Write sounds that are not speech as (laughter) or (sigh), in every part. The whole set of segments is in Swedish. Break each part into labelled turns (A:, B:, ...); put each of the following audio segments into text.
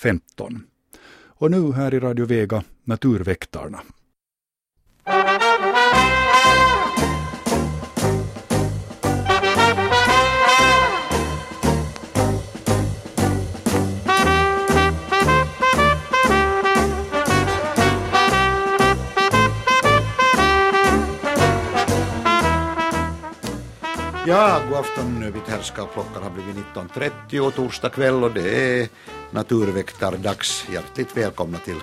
A: 15. Och nu här i Radio Vega, Naturväktarna.
B: Ja, god afton. Mitt herrskap klockan har blivit 19.30 och torsdag kväll och det är naturväktardags. Hjärtligt välkomna till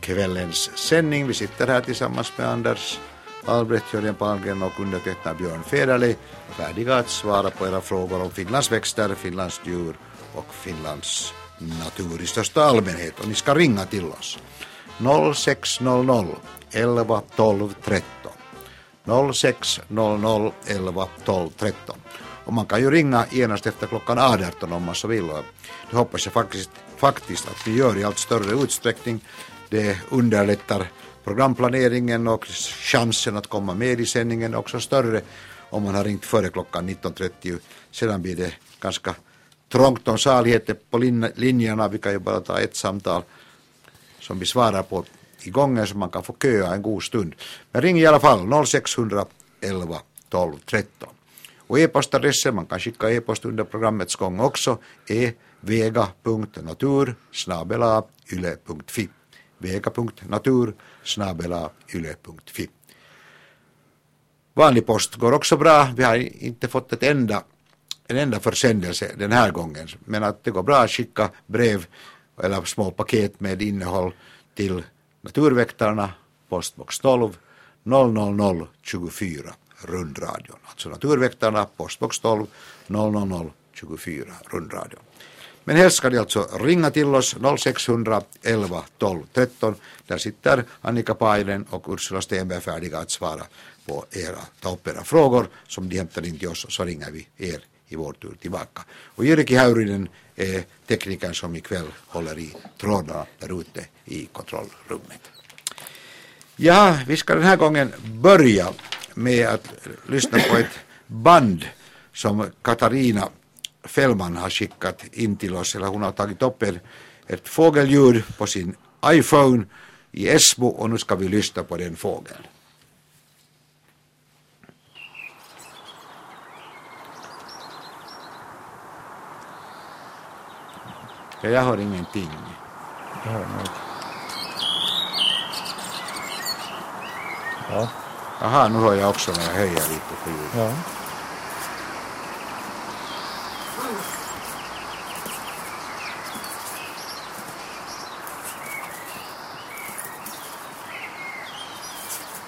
B: kvällens sändning. Vi sitter här tillsammans med Anders Albrecht, Jörgen Palmgren och undertecknad Björn Federley färdiga att svara på era frågor om Finlands växter, Finlands djur och Finlands natur i största allmänhet. Och ni ska ringa till oss. 0600 11 12 13. 0600 11 12 13. Och man kan ju ringa genast efter klockan 18 om man så vill. Och Det hoppas jag faktiskt, faktiskt att vi gör i allt större utsträckning. Det underlättar programplaneringen och chansen att komma med i sändningen är också större om man har ringt före klockan 19.30. Sedan blir det ganska trångt om saligheter på lin- linjerna. Vi kan ju bara ta ett samtal som vi svarar på i gången så man kan få köa en god stund. Men ring i alla fall 0600 11 12 13. Och e-postadressen, man kan skicka e-post under programmets gång också, är vega.natur yle.fi. Vega.natur yle.fi. Vanlig post går också bra. Vi har inte fått ett enda, en enda försändelse den här gången. Men att det går bra att skicka brev eller små paket med innehåll till Naturväktarna, postbox 12 00024 rundradion. Alltså Naturväktarna, postbox 12 00024 rundradion. Men helst ska ni alltså ringa till oss 0600 11 12 13. Där sitter Annika Painen och Ursula Stenberg färdiga att svara på era, ta upp era frågor som de hämtar in till oss och så ringer vi er i vår tur tillbaka. Och Jyrki Häyrinen är teknikern som ikväll håller i trådarna där ute i kontrollrummet. Ja, vi ska den här gången börja med att lyssna på ett band som Katarina Fällman har skickat in till oss. Eller hon har tagit upp ett, ett fågelljud på sin iPhone i Esbo och nu ska vi lyssna på den fågeln. Ja, jag hör ingenting.
C: Jag hör något. Ja,
B: Aha, nu hör jag också när jag höjer lite på ljudet.
C: ja.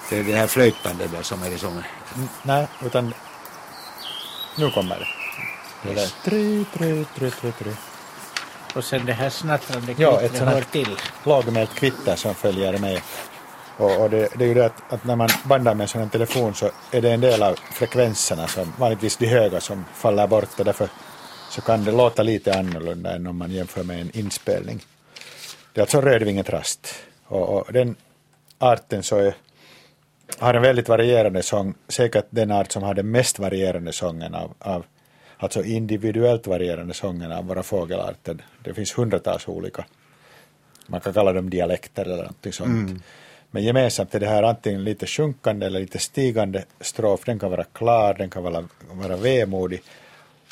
B: Det är det här flöjtandet där som är liksom...
C: N- Nej, utan nu kommer det. Det där. Try, try, try, try, try.
D: Och sen det här snattrande
C: Ja,
D: kvittret
C: ett sånt här-
D: hör till.
C: Lagmält kvitter som följer med. Och, och det, det är ju det att, att när man bandar med en sån här telefon så är det en del av frekvenserna, som, vanligtvis de höga, som faller bort och därför så kan det låta lite annorlunda än om man jämför med en inspelning. Det är alltså rödvingetrast. Och, och den arten så är, har en väldigt varierande sång, säkert den art som har den mest varierande sången av, av alltså individuellt varierande sången av våra fågelarter. Det finns hundratals olika, man kan kalla dem dialekter eller någonting sånt. Men gemensamt är det här antingen lite sjunkande eller lite stigande strof, den kan vara klar, den kan vara, vara vemodig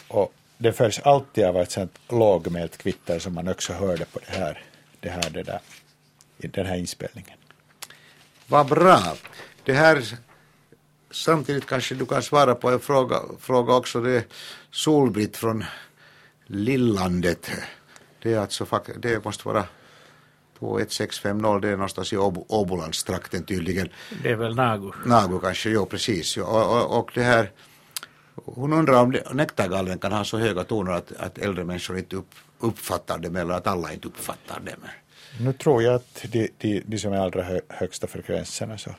C: och det följs alltid av ett sånt lågmält kvitter som man också hörde på det här, det här, det där, i den här inspelningen.
B: Vad bra! Det här... Samtidigt kanske du kan svara på en fråga, fråga också. Det är Solbritt från Lillandet. Det är alltså fak- det måste vara 21650, det är någonstans i Åbo- Åbolandstrakten tydligen.
D: Det är väl Nago.
B: Nago kanske, jo precis. Jo, och, och, och det här, hon undrar om det- nektargalgen kan ha så höga toner att, att äldre människor inte upp, uppfattar dem eller att alla inte uppfattar dem.
C: Nu tror jag att de, de, de som är allra hö, högsta frekvenserna så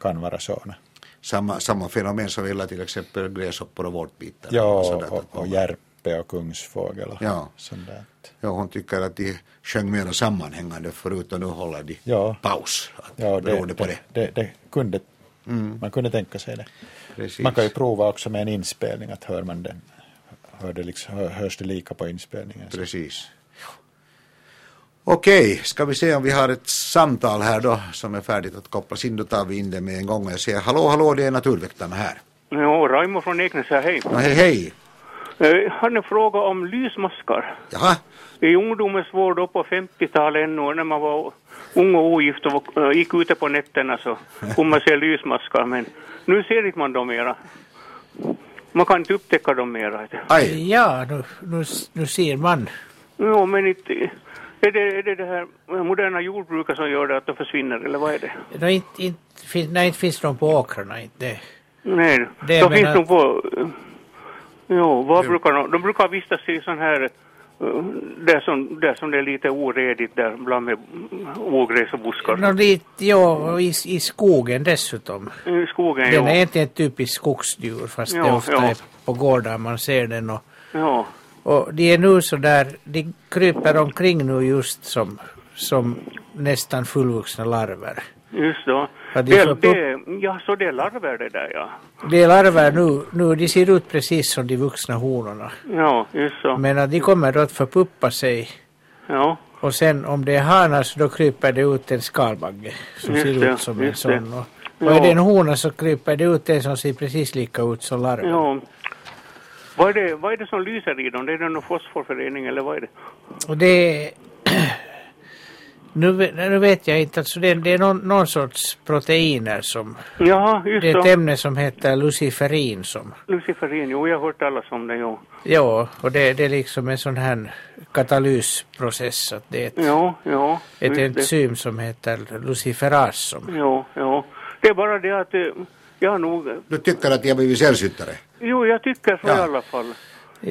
C: kan vara såna.
B: Samma, samma fenomen som gäller till exempel gräshoppor och vårtbitar.
C: Ja,
B: och sådant.
C: och, och järpe och kungsfågel och
B: Ja.
C: sånt där.
B: ja, hon tycker att de sjöng mera sammanhängande förut och nu håller de
C: Ja.
B: paus. Att,
C: Ja,
B: beroende på det. Mm.
C: Det, det kunde, Man kunde tänka sig det.
B: Precis.
C: Man kan ju prova också med en inspelning, att hör man den, hör det liksom, hör, hörs det lika på inspelningen. så-
B: Precis. Okej, ska vi se om vi har ett samtal här då som är färdigt att kopplas in. Då tar vi in det med en gång och jag säger hallå, hallå, det är naturväktarna här.
E: Jo, Raimo från Eknäs här, hej. Eh,
B: No, hej, hej.
E: Jag hade en fråga om lysmaskar.
B: Jaha,
E: I ungdomens vår då på 50-talet ännu, när man var ung och ogift och var- gick ute på nätterna så kunde man se lysmaskar, men nu ser inte man dem mera. Man kan inte upptäcka dem mera.
B: aj.
D: Ja, nu, nu, nu ser man.
E: Jo, men inte... Är det, är det det här moderna jordbruket som gör det att de försvinner, eller vad är det?
D: No, inte, inte, fin- nej, inte finns de på åkrarna. Inte.
E: Nej,
D: Det
E: de
D: menar-
E: finns nog på... Jo, vad brukar de... De brukar vistas i sån här... eh, Där som, där som det är lite oredigt där bland med ogräs och buskar.
D: No, dit, ja, och i, i skogen dessutom.
E: I skogen,
D: Den är
E: ja.
D: inte ett typiskt skogsdjur fast det
E: Ja,
D: ofta
E: ja.
D: är på gårdar man ser den. Och,
E: ja.
D: och de är nu så där, de kryper omkring nu just som, som nästan fullvuxna larver.
E: Just då.
D: Ja, det är
E: det,
D: så-
E: det, ja, så det är larver det där, ja.
D: De är larver nu, nu, de ser ut precis som de vuxna honorna.
E: Ja, just så.
D: Men att de kommer då att förpuppa sig
E: Ja,
D: och sen om det är hanar så då kryper det ut en skalbagge som
E: Just
D: ser
E: det,
D: ut som en
E: just
D: sån. Och, och
E: Ja.
D: är det en hona så kryper det ut en som ser precis lika ut som larven.
E: ja. Vad är, det, vad är det som lyser i dem? Det är det någon fosforförening eller vad är det?
D: Och det är... (clears throat) Nu, ve- nu vet jag inte, alltså det, det är någon, någon sorts proteiner som...
E: Ja,
D: Det är
E: just
D: ett
E: så.
D: ämne som heter luciferin som...
E: Luciferin, jo, jag har hört talas om det, jo.
D: Ja, och det, det är liksom en sån här katalysprocess att det är ett,
E: Ja, ja. just
D: ett
E: det.
D: enzym som heter luciferas som...
E: Ja, ja. Det är bara det att eh, jag nog...
B: Du tycker att jag har blivit sällsyntare?
E: Jo, jag tycker så
B: Ja.
E: i alla fall.
B: Men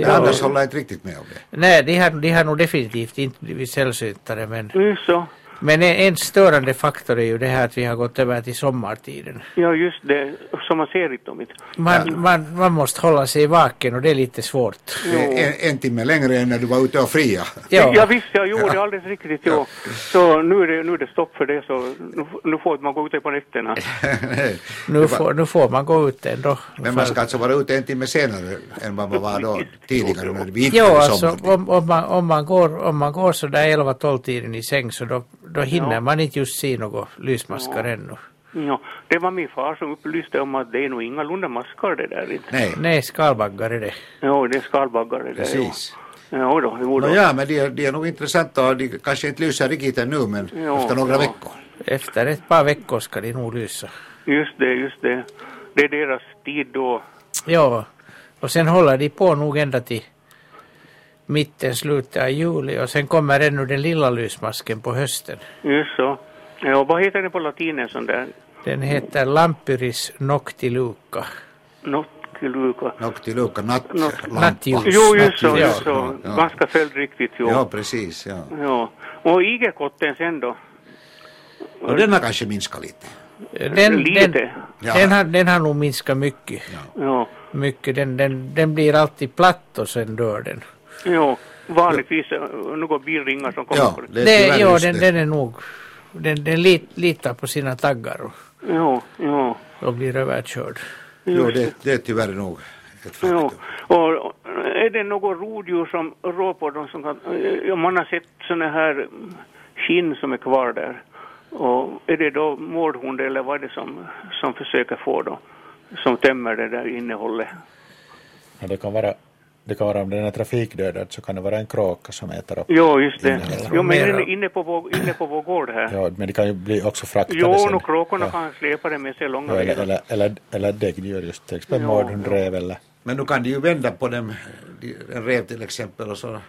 D: Ja,
B: Annars håller jag inte riktigt med om det.
D: nej, de har, de har nog definitivt inte blivit sällsyntare men,
E: Just så.
D: men en, en störande faktor är ju det här att vi har gått över till sommartiden.
E: Ja, just det. Som man ser inte om inte.
D: Man, man, man måste hålla sig vaken och det är lite svårt.
B: Det är en, en timme längre än när du var ute och fria.
E: Ja. ja, visst, jag gjorde det alldeles riktigt. Ja. Så nu är, det, nu är det stopp för det, så nu, nu får man gå ute på
B: (laughs)
E: nätterna.
B: Nej.
D: Nu får, nu får man gå ut ändå.
B: Men man ska alltså vara ute en timme senare än vad man var
D: (laughs)
B: då tidigare när vi inte
D: Jo,
B: hade
D: alltså
B: sommartid.
D: om, om, man, om, man går, om man går så där 11-12 tiden i säng så då, då hinner
E: Ja.
D: man inte just se något lysmaskar ännu.
E: Ja, det var min far som upplyste om att det är nog ingalunda maskar det där. Inte.
B: Nej,
D: Nej, skalbaggar är det.
E: Ja, det är skalbaggar det där.
B: precis.
E: Ja, ja då, jo då.
B: Nå ja, men det är, det är nog intressant och det kanske inte lyser riktigt ännu men
E: Ja,
B: efter några
E: ja.
B: veckor.
D: Efter ett par veckor ska de nog lysa.
E: Just det, just det. Det är deras tid då.
D: Ja, och sen håller de på nog ända till mitten, slutet av juli och sen kommer ännu den lilla lysmasken på hösten.
E: Just så. Ja, vad heter det på latin en sån där?
D: Den heter Lampyris noctiluca.
E: Notkiluka.
B: Nock till Luka, natt,
E: Natt-
B: lampa.
D: nattljus.
E: Jo, just så,
D: Ja.
E: just så.
B: Ja.
E: Ganska följdriktigt, jo.
B: Ja,
E: Ja.
B: precis. Ja.
E: Och igelkotten sen då?
B: Och denna kanske minskar lite.
D: Den, den,
E: Lite.
B: Ja.
D: den, har, den har nog minskat mycket.
E: Ja.
D: mycket. Den, den, den blir alltid platt och sen dör den.
E: Jo. Vanligtvis eh, några bilringar som kommer
B: Ja,
E: på det.
B: det är
D: Det,
B: tyvärr
D: ja,
B: just
D: den,
B: det.
D: den är nog... Den, den lit, litar på sina taggar och,
E: Jo, jo.
D: och blir överkörd.
B: Jo, det, det är tyvärr nog ett
E: Jo.
B: faktum.
E: Och är det något rodjur som rår på dem som kan... Om man har sett såna här mm, skinn som är kvar där. Och är det då mårdhund eller vad är det som, som försöker få då? Som tömmer det där innehållet?
C: Ja, det, kan vara, det kan vara om den är trafikdödad så kan det vara en kråka som äter upp.
E: Jo, just det. Jo, men
D: Mera.
E: inne, inne, på vår, inne på vår gård här.
C: Ja, men det kan ju bli också fraktade
E: Jo,
C: sen.
E: nu kråkorna
C: Ja.
E: kan släpa det med sig långa
C: Ja, eller,
E: vägar.
C: eller, eller, eller däggdjur just till exempel
E: Ja,
C: mårdhund, räv eller
B: Men nu kan du ju vända på dem, de- en rev till exempel och så,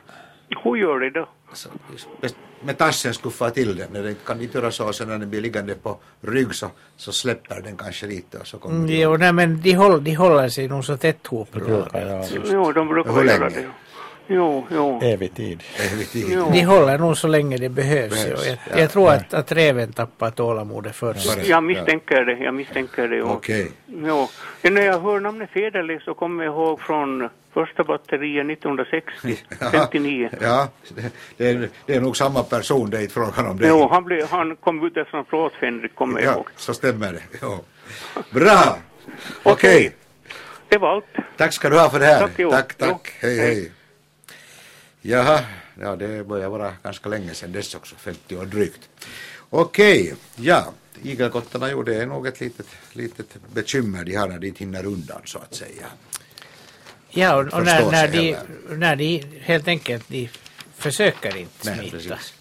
E: Hur gör det då?
B: så med tassen skuffa till den. När den kan inte göra så, sen när den blir liggande på rygg så, så släpper den kanske lite och så kommer
D: Mm,
B: det-
D: jo, nej, men de, håll, de håller sig nog så tätt ihop.
C: brukar jag just
E: Jo, de brukar
B: Hur
E: göra
B: länge?
E: det. Jo, jo.
C: evig tid.
B: Evigt i-
E: jo.
D: De håller nog så länge det behövs.
B: Behövs,
D: och jag,
B: ja.
D: jag tror att, att räven tappar tålamodet först.
B: Var det?
E: Jag misstänker det, jag misstänker det. jo.
B: Okej.
E: Jo. Ja, När jag hör namnet Federley så kommer jag ihåg från första batteriet 1960, 59.
B: (laughs) Ja, det- det är, det är nog samma person det är inte frågan om det.
E: Jo, han, blev, han kom ut från plåtfänrik, kommer jag
B: ja,
E: ihåg.
B: så stämmer det. Ja. Bra! Okej,
E: Okej. Det var allt.
B: tack ska du ha för det här.
E: Tack, jo.
B: tack.
E: Jo,
B: tack. Hej,
E: hej.
B: hej. Jaha, Ja, det börjar vara ganska länge sedan dess också, 50 år drygt. Okej, ja, igelkottarna, jo det är nog ett litet, litet bekymmer de har när de inte hinner undan så att säga.
D: Ja, och, och när,
B: Förstår
D: när,
B: sig
D: de, när de helt enkelt de försöker inte
B: Nej,
D: smita.
B: precis.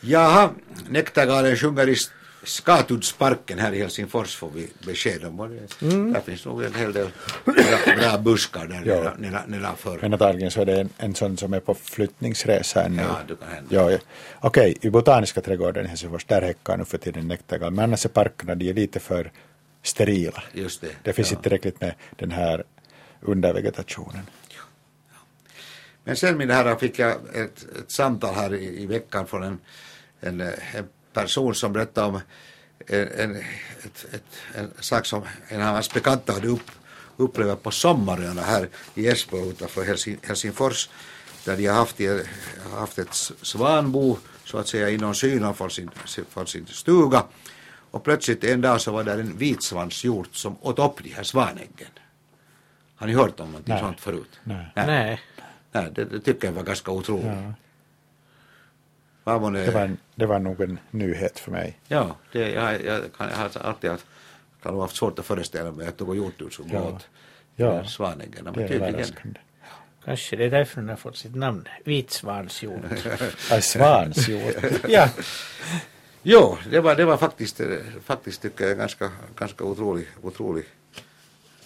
B: Jaha, Nektargalen sjunger i Skatudsparken här i Helsingfors får vi besked om. Och det- Där finns nog en hel del bra, bra buskar där
C: Ja.
B: nera- nera- nedanför.
C: Men antagligen så är det en, en sån som är på flyttningsresa ännu.
B: Ja, det kan hända.
C: Ja, ja. Okej, i Botaniska trädgården i Helsingfors, där häckar nu för tiden näktergal, men annars är parkerna de är lite för sterila.
B: Just det.
C: Det finns
B: ja.
C: inte tillräckligt med den här undervegetationen.
B: Men sen mina herrar fick jag ett, ett samtal här i, i veckan från en, en, eh, en person som berättade om en, en, ett, ett, en sak som en av hans bekanta hade upp, upplevt på sommaröarna här i Esbo utanför Helsing, Helsingfors där de har haft, de har haft ett s- svanbo så att säga inom synen från sin, sin- från sin stuga och plötsligt en dag så var där en vitsvanshjort som åt upp de här svanäggen. Har ni hört om någonting
C: Nej.
B: sånt förut?
C: Nej.
D: Nej.
B: Nej, det, det tycker jag var ganska otroligt.
C: Ja.
B: Vad var
C: Det, var,
B: det?
C: en- det var nog en nyhet för mig.
B: Ja, det, jag, jag, kan, jag har alltid haft, kan ha haft svårt att föreställa mig att något hjortdjur skulle gå
C: Ja.
B: åt
C: Ja.
B: eh, svanäggarna.
C: Det
B: Men
C: är
B: tydligen.
C: överraskande.
D: Kanske det är därför den har fått sitt namn. Vitsvansjord.
C: (laughs)
B: (laughs)
D: (laughs)
C: Aj, svansjord. ja.
B: Jo, det var, det var faktiskt, eh, faktiskt tycker jag, ganska, ganska otrolig, otrolig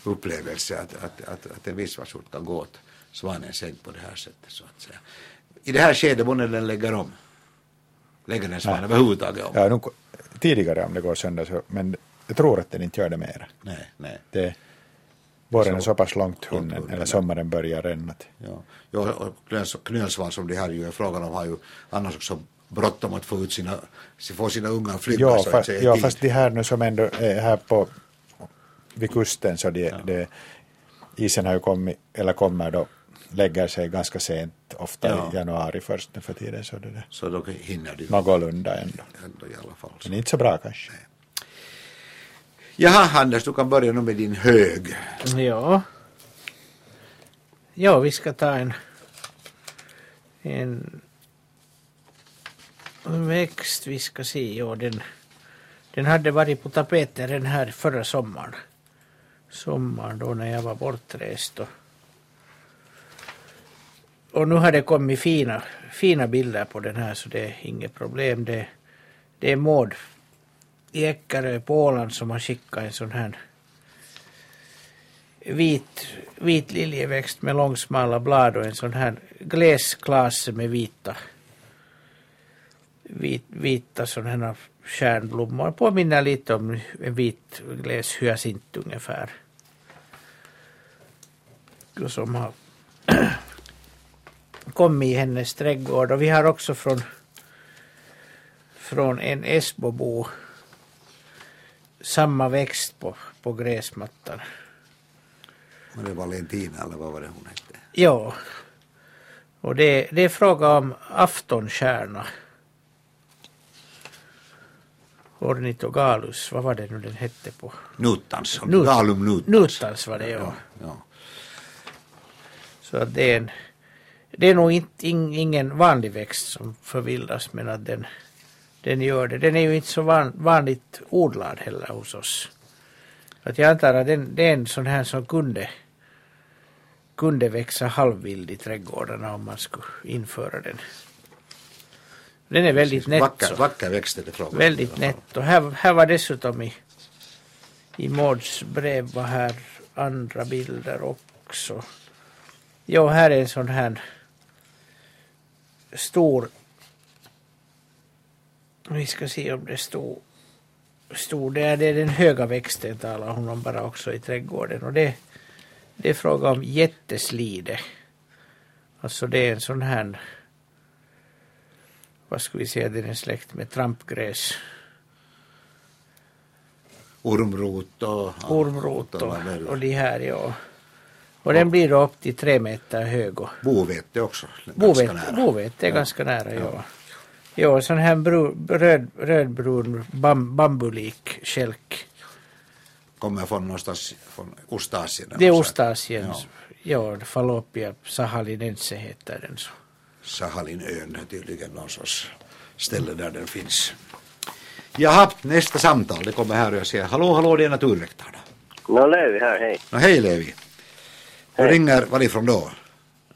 B: upplevelse att, att, att, att en vitsvarshjort kan gå åt svanens ägg på det här sättet. Så att säga. I det här skedet, månne den lägger om? Lägger den svan
C: Nej.
B: överhuvudtaget om?
C: ja nog, tidigare om det går sönder, så, men jag tror att den inte gör det mera.
B: Nej, nej.
C: Det, våren är
B: Så-
C: så pass långt hunnen,
B: hunnen,
C: eller
B: ja.
C: sommaren börjar än. Att,
B: Ja, ja och knöls, knölsvan som det här ju är frågan om har ju annars också bråttom att få ut sina, få sina ungar att flyga
C: Ja,
B: så att
C: fast,
B: säga. i
C: ja,
B: tid.
C: fast de här nu som ändå är här på vid kusten så det, det, isen har ju kommit, eller kommer då, lägger sig ganska sent, ofta
B: Ja.
C: i januari först nu för tiden, så det där.
B: Så då hinner du
C: Någorlunda ändå.
B: ändå i alla fall.
C: Men inte så bra kanske.
B: Jaha, Anders, du kan börja nu med din hög.
D: Ja. Ja, vi ska ta en... En växt, vi ska se. Ja, den, den hade varit på tapeten den här förra sommaren. Sommaren då när jag var bortrest. Och, och nu har det kommit fina, fina bilder på den här så det är inget problem. Det, det är Maud i Eckerö på Åland som har skickat en sån här vit, vit liljeväxt med långsmala blad och en sån här gläsklase med vita vit, vita sådana här stjärnblommor. Påminner lite om en vit gläshyacint ungefär. Och som har (clears throat) kommit i hennes trädgård. Och vi har också från, från en Esbobo samma växt på, på gräsmattan.
B: Var det Valentina eller vad var det hon hette?
D: Ja. Och det, det är fråga om aftonstjärna. Ornitogalus, vad var det nu den hette på?
B: Nutans,
D: Nut-
B: Galum Nutans.
D: Nutans var det, ja.
B: ja.
D: Så att det är en... Det är nog inte, in, ingen vanlig växt som förvildas men att den, den gör det. Den är ju inte så van, vanligt odlad heller hos oss. Att jag antar att den, det är en sån här som kunde, kunde växa halvvild i trädgårdarna om man skulle införa den. Den är väldigt nätt.
B: Vacker,
D: så.
B: vacker växt är det frågan. om i
D: Väldigt
B: alla fall.
D: nätt. Och här, här var dessutom i, i Mauds brev var här andra bilder också. Ja, här är en sån här stor... Vi ska se om det står... Stor, det, är, det är den höga växten talar hon om bara också i trädgården. Och det, det är fråga om jätteslide. Alltså det är en sån här vad ska vi säga, den är släkt med trampgräs.
B: Ormrot och... ja,
D: ormrot och,
B: vad är det?
D: och de här, ja. Och den blir då upp till tre meter hög. och-
B: Bovete också. ganska
D: Bovete
B: nära.
D: bovete är ganska nära, ja. Ja, sån här bru, röd, rödbrun bam, bambulik skälk.
B: Kommer från någonstans från Ostasien.
D: Det är
B: Så att-
D: Ostasien.
B: Ja.
D: Ja, Fallopia sahalinense heter den. Så.
B: Sahalinön är tydligen någon sorts ställe där den finns. Jaha, nästa samtal. Det kommer här och jag säger hallå, hallå, det är naturväktarna.
F: Nå, Levi här, hej.
B: Nå hej Levi. Du
F: Hej.
B: ringer varifrån då?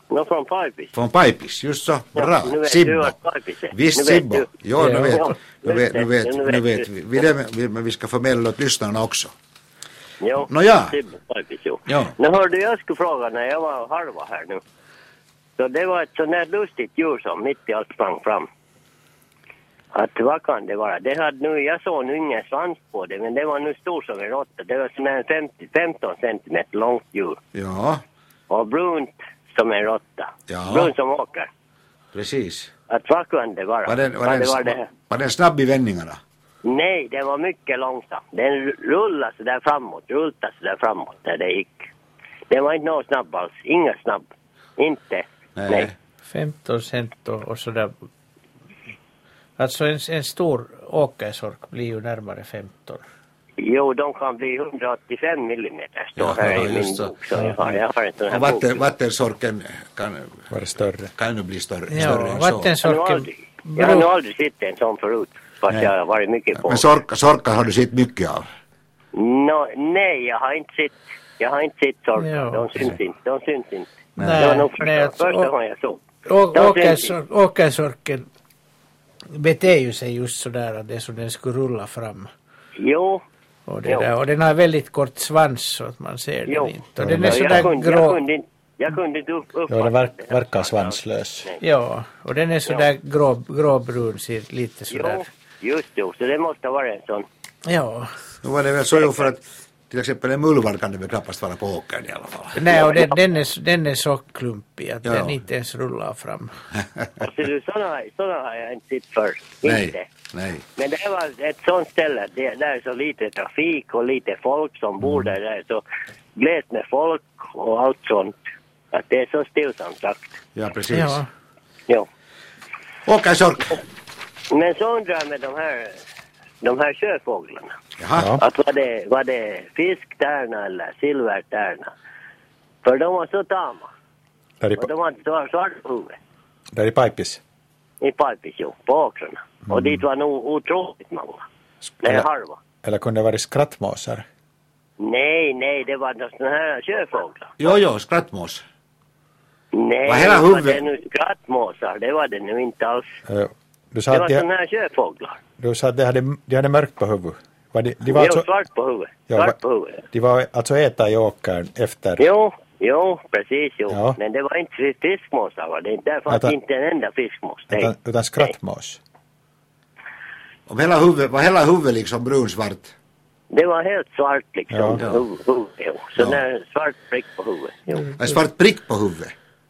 F: Nå, från Pajpis.
B: Från Pipis, just så. Bra.
F: nu vet du
B: Sibbo.
F: att Pajpis är.
B: Visst
F: Nu vet
B: Sibbo?
F: du.
B: Jo, nu
D: Ja.
B: vet,
F: Ja,
B: nu
F: nu
B: vet, nu
F: vet
B: vet,
F: du, nu
B: nu
F: vet
B: vet
F: du.
B: vi. vi. det- vi- Men vi ska förmedla åt lyssnarna också.
F: Jo,
B: Nå, ja.
F: Sibbo, Pajpis, jo.
B: Ja.
F: Nu hörde jag skulle fråga när jag var och harva här nu. Så det var ett sånt där lustigt djur som mitt i allt sprang fram. Att vad kan det vara? Det hade nu, jag såg nu ingen svans på det, men det var nu stor som en råtta. Det var som en 50, 15 centimeter långt djur.
B: Ja,
F: Och brunt som en råtta.
B: Ja.
F: Brunt som åker.
B: precis.
F: Att vad kan det vara?
B: Var den, var
F: Vad
B: den,
F: det var det?
B: var den snabb i vändningarna?
F: Nej, den var mycket långsam. Den rullade så där framåt, rullade så där framåt när det gick. Den var inte någon snabb alls. Inga snabb. Inte. Nej.
D: 15 cent och, och sådär. Alltså en, en stor åkersork blir ju närmare 15.
F: Jo, de kan bli 185 millimeter står
B: Ja,
F: här
B: ja,
F: i min
B: just så.
F: bok. Så jag har, jag har en sån här
B: Och
F: bok.
B: vatten, vattensorken kan,
C: Var det större?
B: kan ju bli större, större
D: Ja,
B: än så.
F: Jag har nog
D: vattensorken...
F: aldrig- Jag har nog aldrig sett en sån förut. Fast
B: Nej.
F: jag har varit mycket på.
B: Men sorka, sorka har du sett mycket av.
F: Nå, nej, jag har inte sett. Jag har inte sett sorkar.
D: Ja.
F: De syns inte. De syns inte.
D: Nej,
F: det var nog första,
D: nej, alltså,
F: första
D: och-
F: gången jag såg.
D: Å-
F: Ja,
D: åkersor- Åkersorken beter ju sig just sådär att det är som den skulle rulla fram.
F: Jo,
D: Och, det
F: Jo.
D: där, och den har väldigt kort svans så att man ser
F: Jo.
D: den inte. Och den är
F: Ja,
D: sådär
F: jag, kunde, jag,
D: grå.
F: kunde, inte- jag kunde inte upp, uppfatta
C: Jo, det verk,
F: det.
C: verkar svanslös.
F: Nej.
D: Ja, och den är sådär grå, gråbrun, ser
F: Jo,
D: lite sådär.
F: just det. Så det måste vara en sån.
D: Ja.
B: Nu var det väl så ju för att till exempel en mullvad kan det väl knappast vara på åkern i alla fall.
D: Nej, och den, den, är, den är så klumpig att
B: Ja.
D: den inte ens rullar fram.
F: Alltså, du, såna, har- såna har jag inte sett förr. Inte.
B: Nej, (laughs) nej.
F: Men det här var ett sånt ställe. Det, där är så lite trafik och lite folk som bor där. där är så glest med folk och allt sånt. Att det är så stillsamt sagt.
B: Ja, precis.
D: Ja.
F: Jo.
B: Åkersork.
F: Men så undrar jag med de här, de här sjöfåglarna.
B: Jaha.
F: Att var det, var det fisktärna eller silvertärna? För de var så tama.
C: Där i,
F: Och de hade så svarthuvud
C: där i Pipis?
F: i Pipis, jo, på åkrarna. Och
C: Mm.
F: dit var nog otroligt många. Nej,
C: Eller,
F: halva.
C: eller kunde det vara skrattmåsar?
F: Nej, nej, det var sådana här sjöfåglar.
B: Jo, jo, skrattmås.
F: Nej,
B: Vad hela
F: var
B: huvudet?
F: det nu skrattmåsar? Det var det nu inte alls.
C: Eh, Du sa
F: Det var
C: att,
F: sådana
C: de,
F: här sjöfåglar.
C: du sa att de, hade, de hade mörkt på huvudet. Var de, de,
F: Det
C: var
F: var
C: alltså,
F: svart på huvudet.
C: Ja,
F: Svart
C: va-
F: på huvudet.
C: de var alltså äta i åkern efter...
F: Jo, jo, precis, jo.
C: Ja.
F: Men det var inte fiskmåsar, var det inte. Där fanns
C: Vänta.
F: inte en enda fiskmås. Nej.
C: Utan, utan skrattmås.
B: Om hela huvudet, var hela huvudet liksom brunsvart?
F: Det var helt svart liksom,
C: Ja.
F: hu- huvudet.
B: Ja.
F: Sån där svart prick på huvudet.
B: En svart prick på huvudet?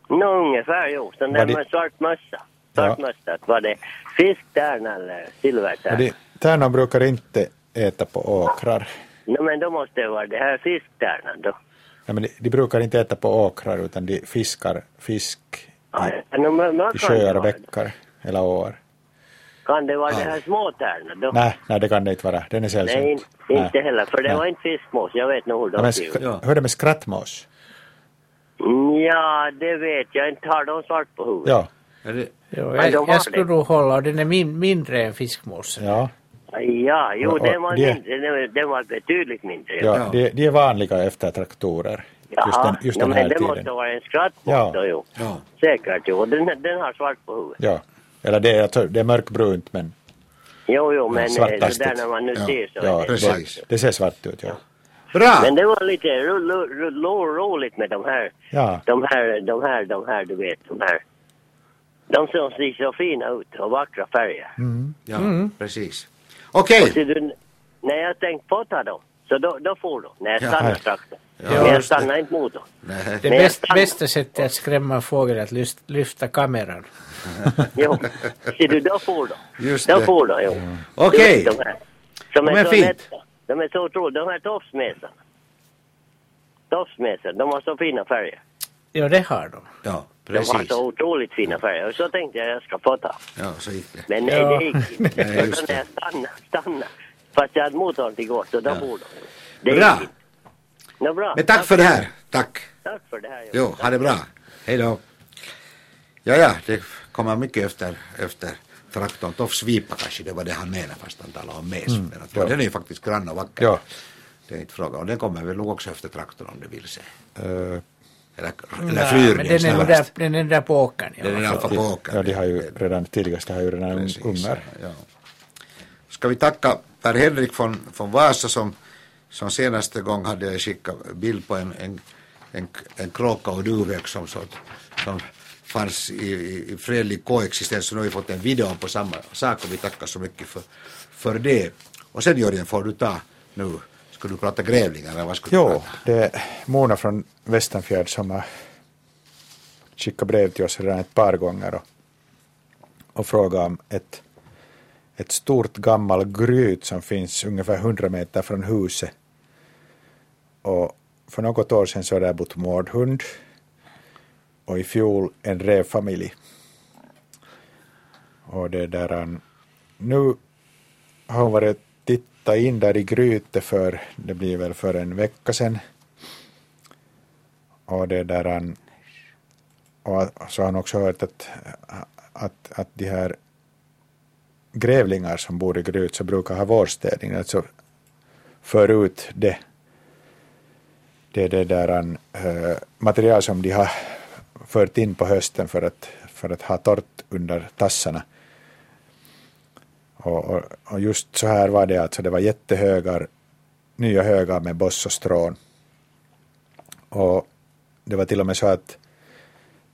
F: Nå, ungefär jo. Sån
C: Var
F: där
C: det-
F: med svart mössa. Svart
C: Ja.
F: mössa. Var det fisktärna eller
C: Och
F: silvertärna?
C: de, tärnan brukar inte äta på åkrar.
F: Nå, men då måste det vara det här fisktärnan då.
C: Nej, men de, de brukar inte äta på åkrar utan de fiskar fisk
F: Ja.
C: i,
F: Nå, men vad
C: i
F: kan det
C: sjöar,
F: vara?
C: bäckar eller åar.
F: Kan det vara det här småtärnan då?
C: Nej, nej, det kan det inte vara. Den är sällsynt.
F: Nej, in- inte
C: Nej.
F: heller. För det
C: Nej.
F: var inte fiskmås. Jag vet nog hur
C: Ja,
F: de
C: men
F: skriver.
C: sk-
B: Ja.
C: Hur är det med skrattmås?
F: Mm, Ja, det vet jag inte. Har de svart på huvudet?
C: Ja,
B: Är det,
D: Jo,
F: Ja, de
D: jag,
F: har
D: jag skulle
F: det.
D: nog hålla, och den är min, mindre än fiskmåsen.
C: ja,
F: Ja, jo,
C: Och- och
F: den var
C: det-
F: mindre. Den var- Den var betydligt mindre.
C: ja.
B: Ja.
C: De, de är vanliga efter traktorer. Just den, just
F: ja,
C: den här
F: men det måste
C: tiden.
F: vara en skrattmås
C: Ja.
F: då, jo.
B: ja.
F: Säkert, jo. Den, den har svart på huvudet.
C: Ja. Eller det är, jag tror- det är mörkbrunt men
F: Jo, jo, men
C: svart
F: eh, det där
C: plastigt.
F: när man nu
B: Ja,
F: ser så.
C: ja,
F: är det svart.
B: precis.
C: det, det ser svart ut. Ja.
B: Bra!
F: Men det var lite ro, ro, ro, ro, roligt med de här,
C: Ja.
F: de här, de här, de här, du vet, de här. De som ser så fina ut och vackra färger.
B: Ja, precis. Okej.
F: Ser du, när jag tänkte på ta dem, så då, då får de. När jag
B: Ja.
F: stannar traktorn.
B: Ja,
F: men jag
B: just det.
F: stannar inte motorn.
B: Nej.
D: Det
F: Men jag
D: bäst,
F: stannar.
D: bästa sättet att skrämma en fågel är att lyst, lyfta kameran.
F: Jo, ser du, då får de.
B: Just
F: då
B: det.
F: får de, jo.
B: Okej.
F: Du vet, de här. Som
B: Men
F: är så
B: fint.
F: lätta. De är så otroliga. De här tofsmesarna. Tofsmesar, de har så fina färger.
D: Ja, det har de.
B: Ja,
F: De har
B: precis.
F: så otroligt fina färger. Och så tänkte jag jag ska få ta.
B: Ja, så gick det.
F: Men nej,
D: Ja.
F: det gick inte.
B: Nej,
F: Och
B: just
F: så
B: det.
F: när jag stannade, stannade. Fast jag hade motorn igår, så då
B: Ja.
F: bor de. Det
B: Bra.
F: gick inte. Nå, bra.
B: Men tack för det här. Tack.
F: Tack för det här.
B: Jo, ha det bra. Hej då. Ja, ja, det kommer mycket efter, efter traktorn. Tofsvipa kanske det var det han menade fast han talade om mes. Men att,
C: Mm. ja.
B: Den är ju faktiskt grann och vacker.
C: Ja.
B: Det är inte fråga om. Den kommer väl nog också efter traktorn om det vill sig.
C: Eh,
B: Eller, eller
D: Nej,
B: flyr
D: men
B: den
D: den är nog där,
B: snarast.
D: den är där på åkern.
B: Den är
D: Ja.
B: där på
C: de,
B: åkern.
C: ja, de har ju redan tidigast, de har ju redan un-
B: Precis,
C: ungar.
B: Ja. Ska vi tacka Per-Henrik från, från Vasa som, som senaste gång hade skickat bild på en, en, en, en kråka och duvhök som, som, som fanns i, i, i fredlig koexistens. Så nu har vi fått en video på samma sak och vi tackar så mycket för, för det. Och sen Jörgen får du ta nu, ska du prata grävlingar eller vad ska du
C: Jo,
B: prata?
C: det är Mona från Västanfjärd som har skickat brev till oss redan ett par gånger och, och frågat om ett, ett stort gammal gryt som finns ungefär 100 meter från huset. Och för något år sedan så har där bott mårdhund och i fjol en rävfamilj. Och det där han, nu har hon varit titta in där i grytet för, det blir väl för en vecka sedan. Och det där han, och så har han också hört att, att, att de här grävlingar som bor i gryt så brukar ha vårstädning, alltså för ut det, det, det där han, eh, material som de har fört in på hösten för att, för att ha torrt under tassarna. Och, och, och just så här var det, alltså det var jättehögar, nya högar med boss och strån. Och det var till och med så att,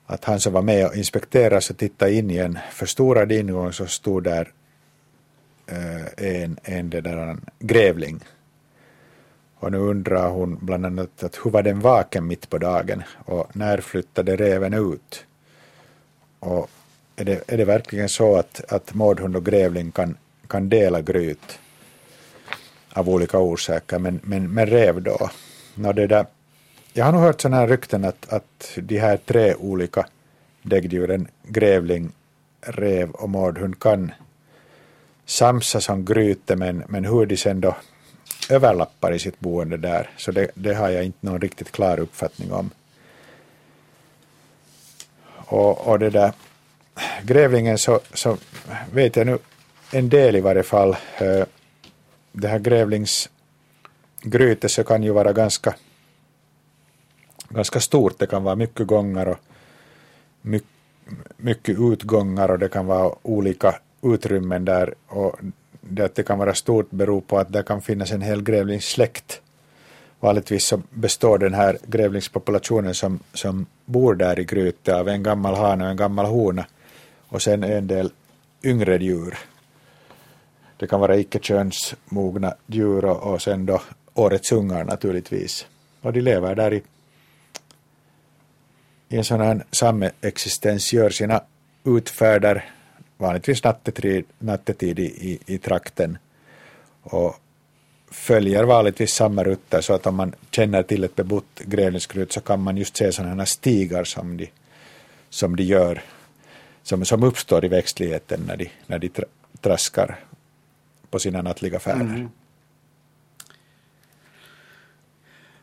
C: att han som var med och inspekterade så tittade in i en förstorad ingång så stod där eh, en, en det där, en grävling. Och nu undrar hon bland annat att hur var den vaken mitt på dagen och när flyttade räven ut? Och är det, är det verkligen så att, att mårdhund och grävling kan, kan dela gryt av olika orsaker, men, men, men räv då? Nå, det där, jag har nog hört sådana här rykten att, att de här tre olika däggdjuren, grävling, räv och mårdhund, kan samsas som gryte, men, men hur de sen då överlappar i sitt boende där, så det, det har jag inte någon riktigt klar uppfattning om. Och, och det där grävlingen så, så vet jag nu en del i varje fall. Eh, Det här grävlingsgrytet så kan ju vara ganska, ganska stort. Det kan vara mycket gångar och mycket, mycket utgångar och det kan vara olika utrymmen där. Och det att det kan vara stort beror på att det kan finnas en hel grävlingssläkt. Vanligtvis så består den här grävlingspopulationen som, som bor där i grytet av en gammal hane och en gammal hona och sen en del yngre djur. Det kan vara icke könsmogna djur och, och sen då årets ungar naturligtvis. Och de lever där i, i en sån här samexistens, gör sina utfärder vanligtvis nattetid, nattetid i, i, i trakten och följer vanligtvis samma rutter så att om man känner till ett bebott grävlingsgrut så kan man just se sådana här stigar som de, som de gör som, som uppstår i växtligheten när de, när de tra, traskar på sina nattliga färder.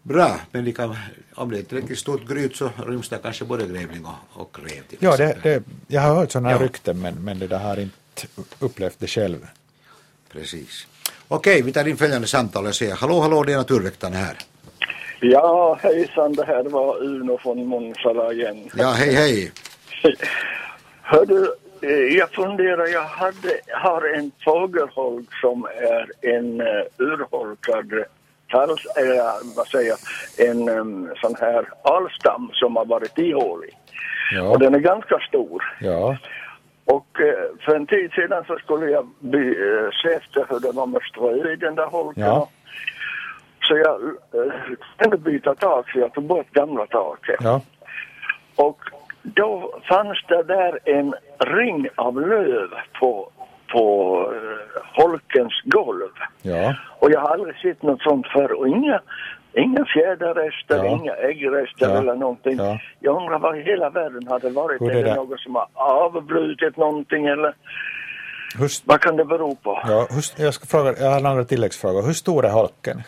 B: Bra, men det kan, om det är ett tillräckligt stort gryt så ryms det kanske både grävling och, och räv. till
C: Ja, det,
B: exempel.
C: det, jag har hört sådana
B: Ja.
C: rykten men, men det där har inte upplevt det själv.
B: Precis. Okej, vi tar in följande samtal och säger hallå, hallå, det är naturväktarna här.
G: Ja, hejsan, det här var Uno från Månsala igen.
B: Ja, hej, hej.
G: Hördu, eh, jag funderar, jag hade, har en fågelholk som är en uh, urholkad hals, eh, vad säger jag, en em, sån här alstam som har varit ihålig.
C: Ja,
G: Och den är ganska stor.
C: ja,
G: Och eh, för en tid sedan så skulle jag by, eh, se efter hur det var med strö i den där holken.
C: Ja.
G: Så jag eh, kunde byta tak, så jag tog bort gamla taket.
C: ja,
G: Och då fanns det där en ring av löv på, på eh, holkens golv.
C: ja,
G: Och jag har aldrig sett något sånt förr. Och inga, inga fjäderrester,
C: Ja.
G: inga äggrester
C: Ja.
G: eller någonting.
C: Ja.
G: Jag undrar vad i hela världen hade varit.
C: Hur
G: Är
C: det
G: det,
C: där-
G: någon som har avbrutit någonting eller
C: hur, s-
G: vad kan det bero på?
C: ja hur, s- jag, ska fråga, jag har några tilläggsfrågor. Hur stor är holken?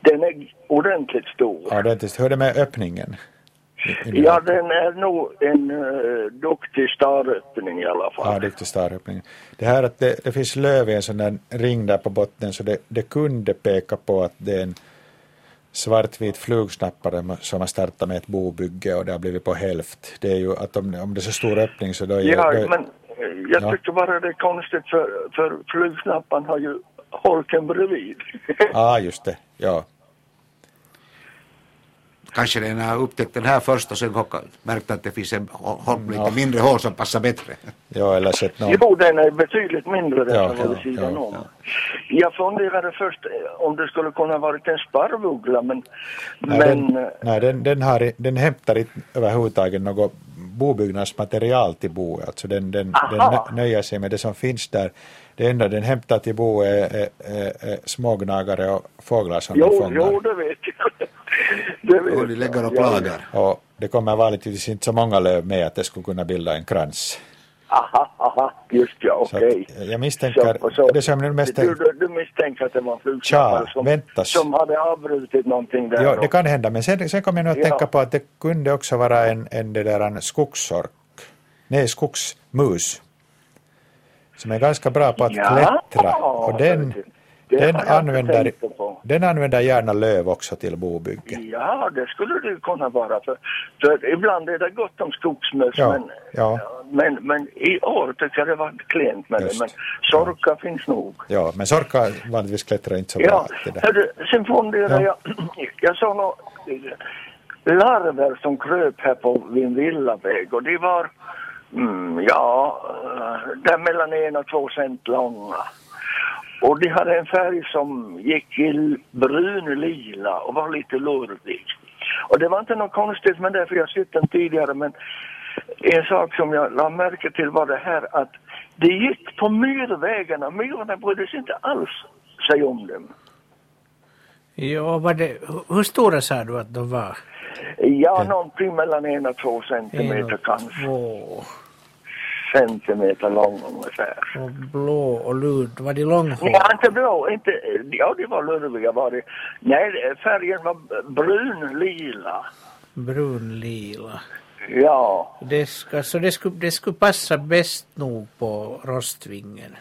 G: Den är ordentligt stor.
C: Ja, det är, inte- hur är det med öppningen? in-
G: Ja, den är nog en eh, duktig staröppning i alla fall.
C: Ja, duktig staröppning. Det här att det, det finns löv i en sån där ring där på botten så det, det kunde peka på att det är en svartvit flugsnappare som har startat med ett bobygge och det har blivit på hälft. Det är ju att om, om det är så stor öppning så då är
G: Ja,
C: då,
G: men eh, jag
C: Ja.
G: tycker bara det är konstigt för, för flugsnappan har ju holken bredvid.
C: Ah, just det. Ja.
B: Kanske den har upptäckt den här först och sen hocka- märkt att det finns en hol- holm lite mindre hål som passar bättre.
C: ja, eller sett någon.
G: Jo, den är betydligt mindre den
C: Ja,
G: som var vid
C: ja,
G: sidan
C: ja,
G: om. Jag funderade först eh, om det skulle kunna varit en sparvuggla, men...
C: Nej,
G: men
C: den,
G: eh,
C: nej den, den, har, i- den hämtar inte överhuvudtaget något bobyggnadsmaterial till boet. Alltså den, den, den
G: Aha.
C: nö- nöjer sig med det som finns där. Det enda den hämtar till boet är, är, är, är smågnagare och fåglar som den
G: jo,
C: fångar.
G: jo, det vet jag. (laughs) det vet
B: Och de lägger och
G: jag.
B: plagar.
C: Och det kommer vanligtvis inte så många löv med att det skulle kunna bilda en krans.
G: Aha, aha, just ja,
C: Så
G: okej.
C: att jag misstänker, det som nu mest
G: du, du, du misstänker att det var en flugsnappare
C: Tja,
G: som,
C: väntas.
G: som hade avbrutit någonting där.
C: Ja,
G: då.
C: det kan hända, men sen, sen kom jag nu att
G: Ja.
C: tänka på att det kunde också vara en, en, det där, en skogsork, nej skogsmus, som är ganska bra på att
G: Ja.
C: klättra. Och den,
G: Det
C: den,
G: har jag inte
C: använder,
G: tänkt på.
C: den använder gärna löv också till bobygge.
G: Ja, det skulle det ju kunna vara. För, för ibland är det gott om skogsmöss,
C: Ja,
G: men,
C: ja.
G: men, men i år tycker jag det var klent med det.
C: Just.
G: Men sorka finns nog.
C: Ja, men sorkar vanligtvis klättrar inte så
G: Ja,
C: bra. Det där.
G: hörru, sen funderar
C: Ja.
G: jag. (clears throat) Jag såg några larver som kröp här på min villaväg och de var, mm, ja, eh, där mellan en och två cent långa. Och de hade en färg som gick i brun-lila och var lite lurvig. Och det var inte något konstigt med det, för jag har sett den tidigare, men en sak som jag la märke till var det här att det gick på myrvägarna. Myrorna brydde sig inte alls sig om dem.
D: Ja, var det, hu- hur stora sa du att de var?
G: Ja, någonting mellan en och två
D: En
G: centimeter
D: och
G: kanske.
D: Två.
G: Centimeter lång ungefär.
D: Och blå och lud. Var de
G: Nej,
D: långhåriga?
G: inte blå, inte, ja det var lurviga var det. Nej, färgen var brun-lila.
D: Brunlila.
G: Ja,
D: Det ska, så det skulle, det skulle passa bäst nog på rostvingen.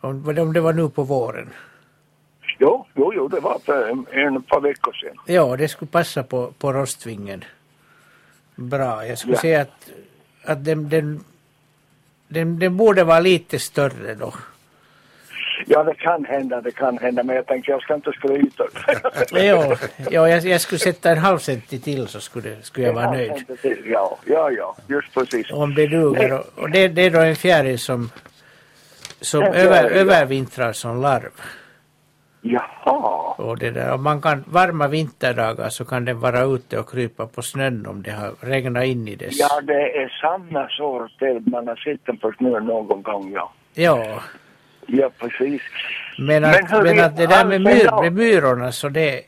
D: Om, om det var nu på våren.
G: jo, jo, jo det var för en, en par veckor sedan.
D: Ja, det skulle passa på, på rostvingen. Bra. Jag skulle
G: Ja.
D: säga att, att den, den, den, den borde vara lite större då.
G: Ja, det kan hända, det kan hända, men jag tänkte jag ska inte skryta.
D: Ja, ja jag, jag skulle sätta en halv centi till så skulle, det- skulle jag vara nöjd.
G: Ja, ja, ja, just precis.
D: Om det duger. Och- Och det, det är då en fjäril som, som
G: En
D: över,
G: fjäril, ja.
D: övervintrar som larv.
G: Jaha,
D: Och det där. Och man kan, varma vinterdagar så kan den vara ute och krypa på snön om det har regnat in i dess.
G: ja det är samma sort, det man har sett den på snön någon gång, ja.
D: ja.
G: Ja, precis.
D: Men
G: Men
D: att, men
G: hur vet
D: att det där med,
G: Alfred
D: myr,
G: då?
D: med myrorna så det,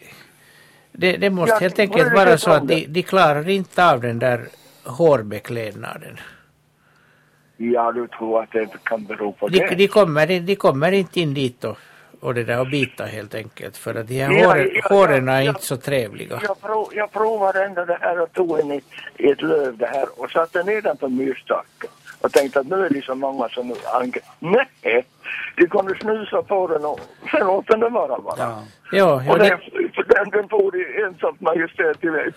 D: det, det måste
G: Ja,
D: helt
G: vad är
D: enkelt
G: det
D: vara
G: för
D: så att
G: problem?
D: de, de klarar inte av den där hårbeklädnaden.
G: Ja, du tror att det kan bero på
D: De,
G: det?
D: de, kommer, in- de kommer inte in dit och, och det där och bita helt enkelt för att de här
G: Ja,
D: håren,
G: ja, ja,
D: håren är
G: ja.
D: inte så trevliga.
G: Jag, prov, jag provade ändå det här och tog en i, i ett löv det här och satte ner den på myrstacken och tänkte att nu är det så många som nu angrepp. Nej! De kunde snusa på den och sen åt den det vara bara.
D: Ja, ja
G: Och
D: det,
G: den, den, den for i ensamt majestät iväg.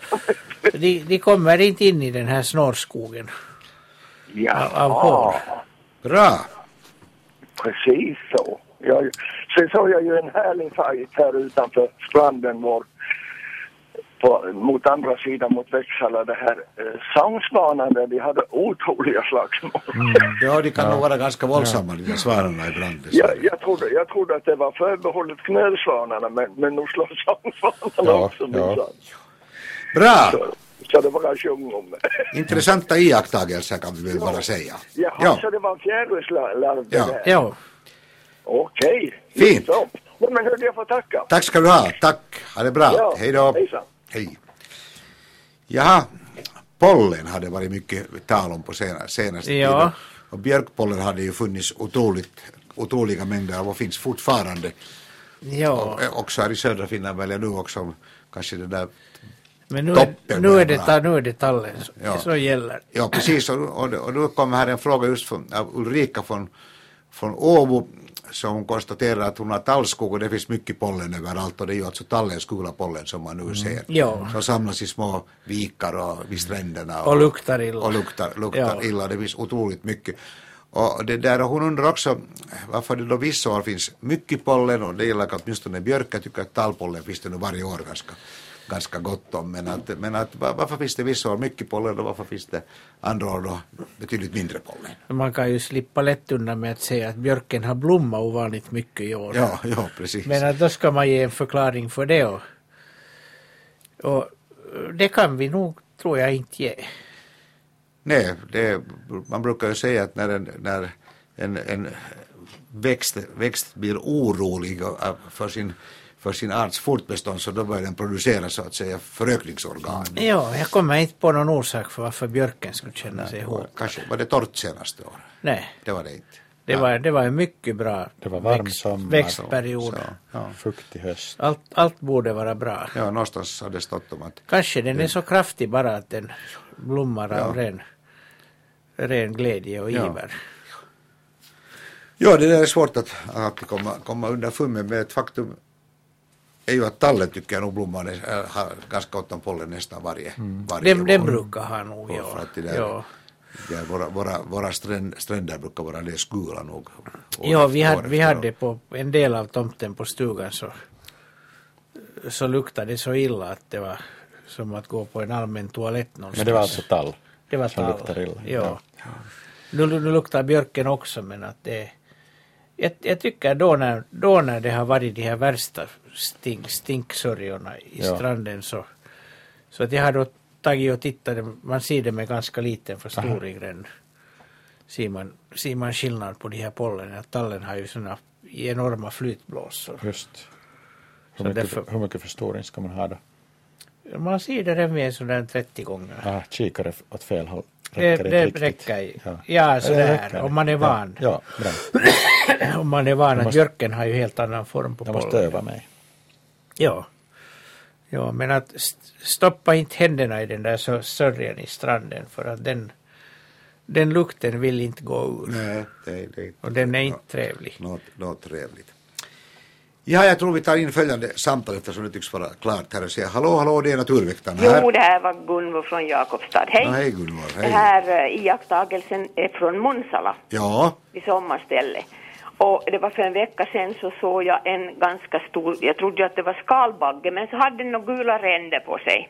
D: de, de kommer inte in i den här snårskogen.
G: ja,
D: Av- av hår.
B: Bra!
G: precis så. Jag, sen såg jag ju en härlig fight här utanför stranden vår. På, mot andra sidan mot Växjö, det här eh, Soundsbanan där de hade otroliga slagsmål.
C: Mm.
B: Ja, de kan nog vara ganska våldsamma de där svanarna ibland.
G: Jag, jag, trodde, jag trodde att det var förbehållet knölsvanarna men, men nu slår soundsvanarna
C: Ja,
G: också
C: ja.
G: minsann.
B: Bra!
G: Så, så det var kanske ungdom.
B: Intressanta iakttagelser kan vi väl bara säga.
G: Jaha,
B: Ja,
G: så det var en fjärilslarv det
B: Ja.
G: där?
D: Ja,
G: Okej.
B: Fint.
G: Så. Nej, men hörde jag får tacka.
B: tack ska du ha. Tack. Ha det bra. Hej då.
G: Hejsan.
B: Hej. Jaha, pollen hade varit mycket tal om på sena- senaste
D: Ja.
B: tiden. Och björkpollen hade ju funnits otroligt, otroliga mängder av och finns fortfarande.
D: ja.
B: Och, eh, också här i södra Finland väljer nu också kanske den där
D: Men nu, är,
B: Toppen,
D: nu, är, det,
B: bra.
D: ta- nu är det tallen som,
B: Ja.
D: som gäller.
B: Ja, precis. Och, och, och nu kommer här en fråga just från, av Ulrika från, från Åbo som konstaterar att hon har tallskog och det finns mycket pollen överallt och det är ju alltså tallens gula pollen som man nu ser.
D: Mm. Ja.
B: Som samlas i små vikar och vid stränderna.
D: Och luktar illa.
B: Och luktar, luktar
D: Ja.
B: illa. Det finns otroligt mycket. Och det där, och hon undrar också varför det då vissa år finns mycket pollen och det gäller åtminstone björk. Jag tycker att tallpollen finns det nu varje år ganska, ganska gott om. Men, att, men att, va- varför finns det vissa år mycket pollen och varför finns det andra år då betydligt mindre pollen?
D: Man kan ju slippa lätt undan med att säga att björken har blommat ovanligt mycket i år.
B: Ja, ja precis.
D: Men att då ska man ge en förklaring för det. Och, och det kan vi nog, tror jag, inte ge.
B: Nej, det, man brukar ju säga att när en, när en, en växt, växt blir orolig av- för sin, för sin arts fortbestånd så då börjar den producera så att säga förökningsorgan.
D: Ja, jag kommer inte på någon orsak för varför björken skulle känna sig hotad.
B: Kanske var det torrt senaste året.
D: Nej,
B: Det var det inte.
D: det var, det var en mycket bra
C: Det var varm sommar.
D: växtperiod.
B: Så, ja.
C: Fuktig höst.
D: Allt, allt borde vara bra.
B: ja, någonstans hade det stått om att
D: Kanske den är så kraftig bara att den blommar av ren, ren glädje och
B: Ja.
D: iver.
B: Ja, det där är svårt att, att komma, komma underfund med, men ett faktum är ju att tallen tycker jag nog blommar nä- har ganska gott om pollen nästan varje, varje
D: Den, den
B: vår.
D: brukar ha nog,
B: Ja,
D: ja.
B: för att det där-
D: ja.
B: Ja, våra, våra, våra stränd, stränder brukar vara lösgula nog. år
D: Ja, vi
B: efter
D: hade,
B: år
D: vi
B: efter
D: hade
B: år.
D: på en del av tomten på stugan så, så luktade det så illa att det var som att gå på en allmän toalett någonstans.
C: Men det var alltså tall.
D: Det var
C: som
D: tall.
C: luktar illa.
D: Ja. Nu, nu luktar björken också men att det... Jag, jag tycker då när, då när det har varit de här värsta stink, stinksörjorna i
C: Ja.
D: stranden så... Så att jag har då tagit och tittat, man ser det med ganska liten förstoring redan. Ser man, ser man skillnad på de här pollen, att tallen har ju såna enorma flytblåsor.
C: Just.
D: Så
C: Hur mycket,
D: därför-
C: hur mycket förstoring ska man ha då?
D: Man ser det redan vid en sån där 30 gånger.
C: Ah, kikare åt fel håll.
D: Det,
C: inte
D: det
C: riktigt.
D: räcker. Ja,
C: Ja.
D: ja
C: Det
D: sådär,
C: räcker.
D: om man är van.
C: Ja, ja bra.
D: (clears throat) Om man är van att
C: måste-
D: björken har ju helt annan form på
C: Jag måste
D: pollen.
C: öva mig.
D: Ja. ja, men att st- stoppa inte händerna i den där sör- sörjan i stranden för att den, den lukten vill inte gå ur.
B: Nej, det, det,
D: Och den är inte trevlig.
B: Något, något trevligt. Ja, jag tror vi tar in följande samtal eftersom det tycks vara klart här och säga hallå, hallå, det är naturväktarna här.
H: Jo, det här var Gunvor från Jakobstad. Hej.
B: Ja, hej Gunvor,
H: Det
B: hej.
H: här eh, iakttagelsen är från Munsala,
B: Ja,
H: vid sommarstället. Och det var för en vecka sedan så såg jag en ganska stor, jag trodde ju att det var skalbagge, men så hade den några gula ränder på sig.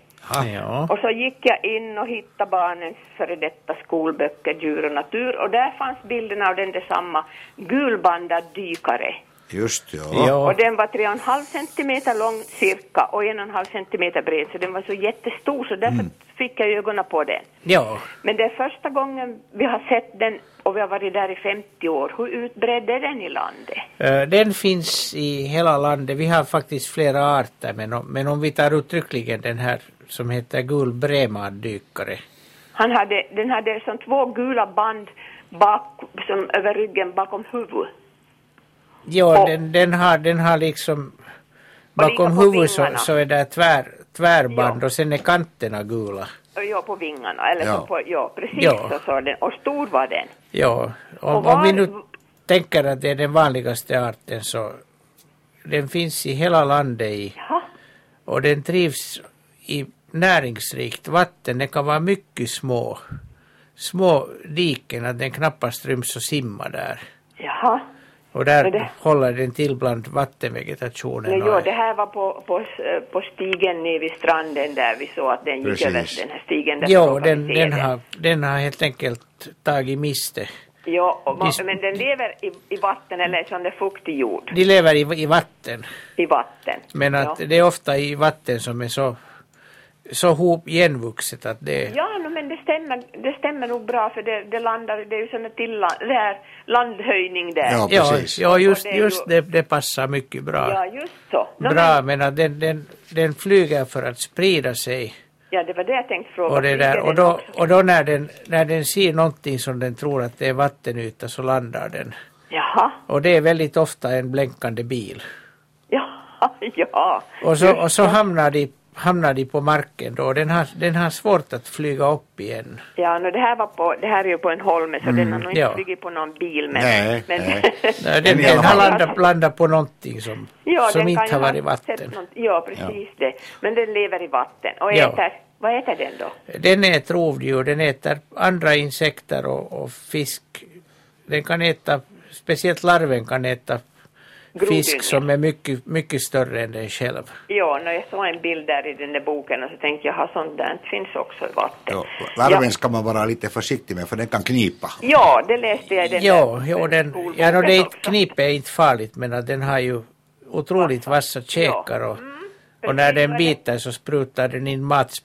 D: Ja.
H: Och så gick jag in och hittade barnens före detta skolböcker, djur och natur, och där fanns bilden av den där samma gulbandad dykare.
B: just ja.
H: Och
D: Ja.
H: den var 3,5 centimeter lång cirka och 1,5 centimeter bred, så den var så jättestor så därför
B: Mm.
H: fick jag ögonen på den.
D: ja.
H: Men det är första gången vi har sett den och vi har varit där i 50 år. Hur utbredd är den i landet?
D: Eh, Den finns i hela landet. Vi har faktiskt flera arter men om, men om vi tar uttryckligen den här som heter gulbremadykare.
H: Han hade, den hade som två gula band bak, som över ryggen bakom huvudet.
D: Ja,
H: Och-
D: den, den, har, den har liksom bakom
H: på
D: huvudet så,
H: vingarna.
D: så är det tvär, tvärband
H: Ja.
D: och sen är kanterna gula.
H: Och Ja, på vingarna. Eller
B: Ja.
H: som på, ja precis
D: Ja.
H: så sa den. Och stor var den.
D: Ja, om,
H: Och var-
D: om vi nu tänker att det är den vanligaste arten så den finns i hela landet i,
H: Jaha.
D: och den trivs i näringsrikt vatten. Den kan vara mycket små, små diken att den knappast ryms och simma där.
H: Jaha.
D: Och där
H: Men det-
D: håller den till bland vattenvegetationen.
H: Nej,
D: och-
H: jo, det här var på, på, eh, på stigen nere vid stranden där vi såg att den gick
B: Precis.
H: över den här stigen. Där
D: Jo,
H: råkade
D: den,
H: vi se
D: den,
H: den.
D: har, den har helt enkelt tagit miste.
H: Ja, och man,
D: Dis-
H: men den lever i, i vatten eller som det är fuktig jord.
D: De lever i, i vatten,
H: I vatten.
D: men
H: ja.
D: att det är ofta i vatten som är så, så hop igenvuxet att det är...
H: Ja, no, men det stämmer, det stämmer nog bra för det, det landar, det är ju sån här till, det här landhöjning där.
B: Ja,
D: Ja,
B: precis.
D: ja just,
H: Och det är ju-
D: just det, det passar mycket bra.
H: Ja, just så. No,
D: bra,
H: Men,
D: men att den, den, den flyger för att sprida sig.
H: ja, det var det jag tänkte fråga.
D: Och, det
H: Flyger
D: där, och
H: den
D: då,
H: också?
D: och då när, den, när den ser någonting som den tror att det är vattenyta så landar den.
H: Jaha, (laughs)
D: Och det är väldigt ofta en blänkande bil.
H: ja, ja.
D: Och så, och så hamnar de hamnar de på marken då och den har, den har svårt att flyga upp igen.
H: Ja, no, det, här var på, det här är ju på en holme så den har nog inte
D: Mm. ja.
H: flugit på någon bil. Men,
B: Nej,
H: men (laughs)
B: nej.
D: Nej, Den,
B: Men i alla
D: den har
B: fall-
D: landat, landat på någonting som,
H: ja,
D: som
H: den kan
D: inte
H: ju
D: har varit
H: sett
D: vatten.
H: något- Ja, precis det. Men den lever i vatten och
D: Ja.
H: äter, vad äter den då?
D: Den är ett rovdjur, den äter andra insekter och, och fisk. Den kan äta, speciellt larven kan äta
H: Grodyngel.
D: fisk som är mycket, mycket större än den själv.
H: Ja, när jag såg en bild där i den där boken och så tänkte jag, jaha, sånt där finns också i vatten.
B: Jo, larven
H: Ja.
B: ska man vara lite försiktig med för den kan knipa.
H: Ja, det läste jag i den
D: Ja,
H: där
D: ja, den, ja no,
H: skolboken
D: det är,
H: också.
D: knip är inte farligt men att den har ju otroligt vassa käkar och,
H: Mm.
D: och när den biter så sprutar den in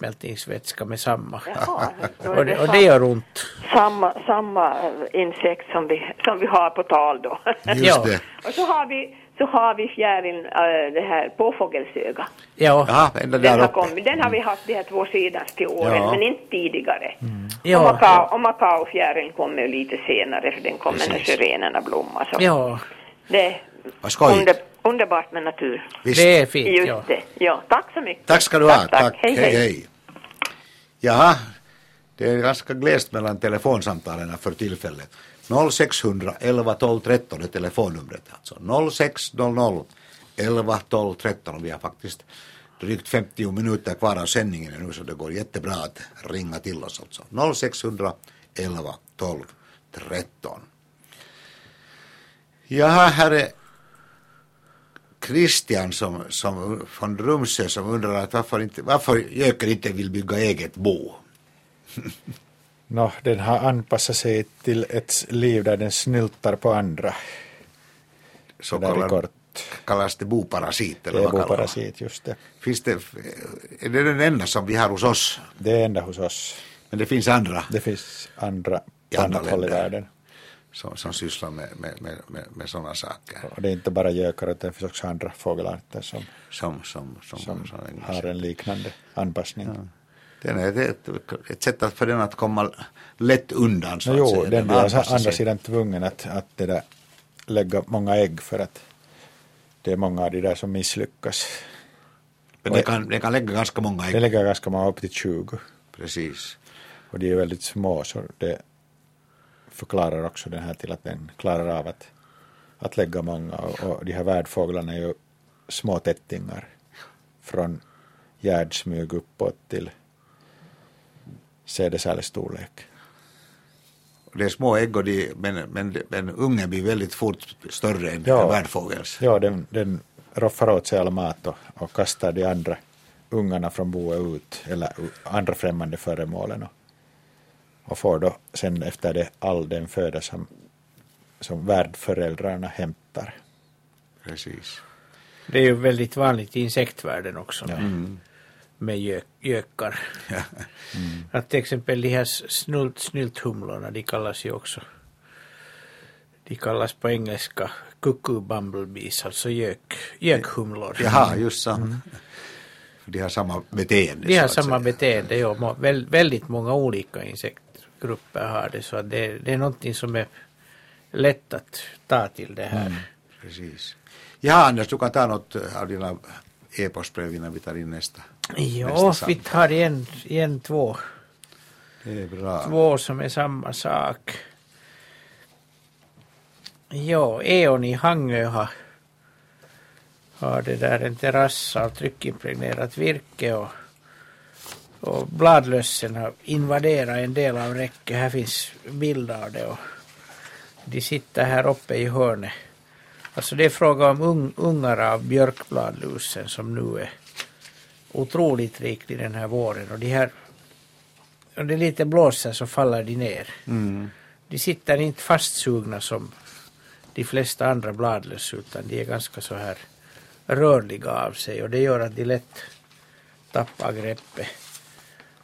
D: matsmältningsvätska med samma.
H: Jaha, då är
D: (laughs) Och det, och det gör ont.
H: samma, samma eh, insekt som vi, som vi har på tal då.
B: Just
D: Ja.
B: det.
H: (laughs) och så har vi, så har vi fjärilen, äh, det här påfågelsöga.
D: Ja,
B: Jaha, ända
H: Den
B: där
H: har,
B: uppe.
H: kommit, den har vi haft de här två senaste åren,
B: Ja.
H: men inte tidigare. Och
D: Mm. ja,
H: Macau- och Macaofjärilen kommer ju lite senare, för den kommer när
B: Precis.
H: syrenerna blommar. Så.
D: ja,
H: Det är
B: Vad skojigt.
H: under, underbart med natur.
B: Visst.
D: det är fint.
H: Just
D: Ja.
H: det. Ja, tack så mycket.
B: Tack ska du ha.
H: Tack, tack. Hej, hej.
B: Jaha, det är ganska glest mellan telefonsamtalen för tillfället. 0611 12 13 är telefonnumret. Alltså 0600 11 12 13 och vi har faktiskt drygt 50 minuter kvar av sändningen nu så det går jättebra att ringa till oss alltså. 0600 11 12 13. Jaha, här är Christian som, som, från Rumsö som undrar att varför, inte, varför Jöker inte vill bygga eget bo. (laughs)
C: Nå, den har anpassat sig till ett liv där den snyltar på andra.
B: Så
C: Det där är
B: kallar,
C: kort.
B: kallas det boparasit.
C: Det
B: Eller
C: är
B: vad kallar man?
C: boparasit, just det.
B: Finns det, är det den enda som vi har hos oss?
C: Det är enda hos oss.
B: Men det finns andra
C: Det finns andra
B: I
C: på
B: andra
C: annat håll i
B: länder.
C: världen.
B: som, som sysslar med, med, med, med, med sådana saker.
C: Och det är inte bara gökar, utan det finns också andra fågelarter som,
B: Som, som, som, som,
C: som har en liknande anpassning.
B: den är det är ett, ett sätt att för den att komma lätt undan.
C: Nå,
B: Så att
C: jo,
B: säga.
C: den blir alltså å
B: anpassar
C: andra
B: sig.
C: sidan tvungen att, att det där, lägga många ägg för att det är många av de där som misslyckas.
B: Men den kan, den kan lägga ganska många
C: Det
B: ägg.
C: lägger ganska många, upp till 20.
B: Precis.
C: Och de är väldigt små, så det förklarar också den här till att den klarar av att, att lägga många. Och, och de här värdfåglarna är ju små tättingar från gärdsmyg uppåt till sädesärlstorlek.
B: Det är små ägg och de, men, men, men ungen blir väldigt fort större än
C: Ja.
B: en värdfågels.
C: Ja, den, den roffar åt sig all mat och, och kastar de andra ungarna från boet ut, eller u- andra främmande föremålen. Och, och får då sen efter det all den föda som, som värdföräldrarna hämtar.
B: Precis.
D: Det är ju väldigt vanligt i insektvärlden också med,
B: Mm.
D: med gö, gökar. (laughs) Att till exempel de här snult, snylthumlorna, de kallas ju också de kallas på engelska cuckoo bumblebees, alltså gök, gökhumlor. Mm.
B: Jaha, just så. De har samma beteende.
D: De har
B: så att
D: samma
B: säga.
D: beteende, ja. Må- Väl, väldigt många olika insektgrupper har det, så att det, det är någonting som är lätt att ta till det här.
B: Mm. Precis. Jaha, Anders, du kan ta något äh, av dina e-postbrev innan vi tar in nästa.
D: Ja,
B: Nästa
D: vi
B: samtal.
D: tar igen, igen två.
B: Det är bra.
D: två som är samma sak. Ja, Eon i Hangö har, har det där en terrass av tryckimpregnerat virke och, och bladlössen har invaderat en del av räcket. Här finns bilder av det och de sitter här uppe i hörnet. Alltså det är fråga om un, ungar av björkbladlusen som nu är otroligt riklig den här våren och de här om det lite blåser så faller de ner.
B: Mm.
D: De sitter inte fastsugna som de flesta andra bladlöss utan de är ganska så här rörliga av sig och det gör att de lätt tappar greppet.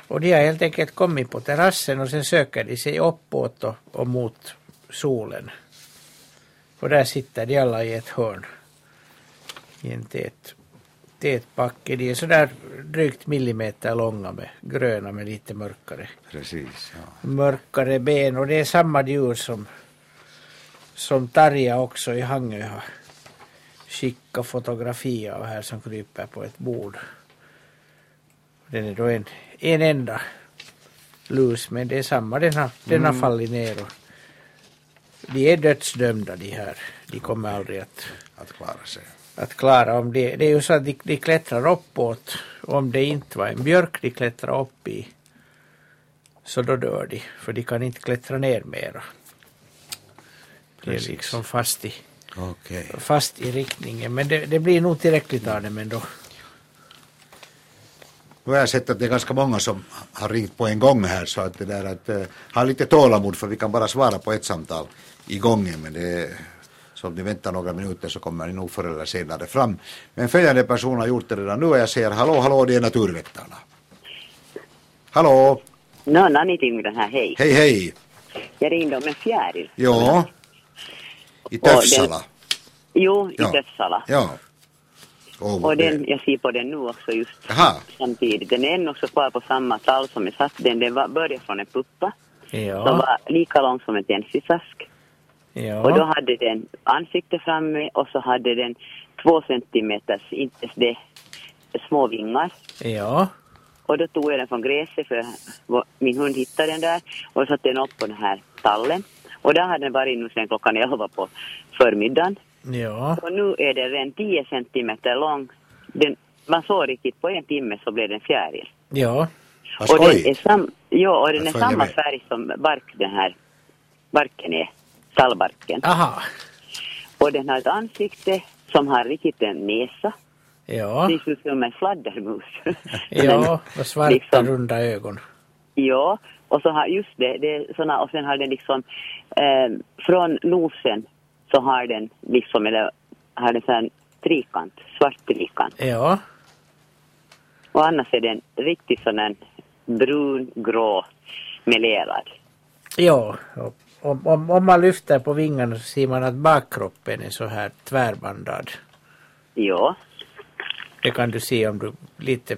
D: Och de har helt enkelt kommit på terrassen och sen söker de sig uppåt och, och mot solen. Och där sitter de alla i ett hörn. I en tät, tät packe. De är sådär drygt millimeter långa med gröna med lite mörkare
B: Precis. Ja.
D: mörkare ben och det är samma djur som, som Tarja också i Hangö har skickat fotografi av här som kryper på ett bord. Den är då en, en enda lus, men det är samma, den har, den
B: Mm.
D: har fallit ner. Och de är dödsdömda de här, de kommer aldrig att,
B: att klara sig.
D: att klara om det. Det är ju så att de, de klättrar uppåt, om det inte var en björk de klättrar upp i, så då dör de, för de kan inte klättra ner mera. De är
B: Precis.
D: liksom fast i,
B: Okej.
D: fast i riktningen, men det, det blir nog tillräckligt av dem ändå.
B: Nu har jag sett att det är ganska många som har ringt på en gång här så att det där att eh, ha lite tålamod för vi kan bara svara på ett samtal i gången men det är, så om ni väntar några minuter så kommer ni nog förr eller senare fram. Men följande person har gjort det redan nu och jag säger hallå hallå det är naturväktarna. Hallå,
I: No, Nanni Timgren här, hej.
B: hej hej,
I: Jag ringde om en fjäril.
B: ja. I
I: Och den-
B: Töfsala,
I: Jo, i
B: Ja.
I: Töfsala.
B: ja. Åh,
I: Och
B: vad
I: den,
B: det-
I: jag ser på den nu också just
B: Jaha,
I: samtidigt. Den är nog så kvar på samma tall som jag satt den. Den var, började från en puppa som
D: Ja,
I: var lika lång som en tändsticksask. Och då
D: ja,
I: hade den ansikte framme och så hade den två centimeters, inte ens det, små vingar.
D: ja.
I: Och då tog jag den från gräset för vår- min hund hittade den där och satte den upp på den här tallen. Och där hade den varit nu sedan klockan elva på förmiddagen.
D: Ja,
I: Och nu är den redan 10 centimeter lång. Den, man såg riktigt, på en timme så blev den fjäril.
D: ja,
B: vad
I: och den är,
B: skoj.
I: sam, ja, och den
B: Jag
I: är
B: följer
I: samma
B: med.
I: färg som bark, den här barken är, tallbarken.
D: aha,
I: Och den har ett ansikte som har riktigt en näsa.
D: ja,
I: Det ser ut som en fladdermus.
D: ja, och svarta
I: liksom-
D: runda ögon.
I: Ja, och så har just det, det är såna, och sen har den liksom eh, från nosen så har den liksom, eller har den sån här trikant, svart trikant.
D: Ja,
I: Och annars är den riktigt sån här brungrå melerad.
D: ja. och Om, om, om man lyfter på vingarna så ser man att bakkroppen är så här tvärbandad.
I: Ja,
D: Det kan du se om du lite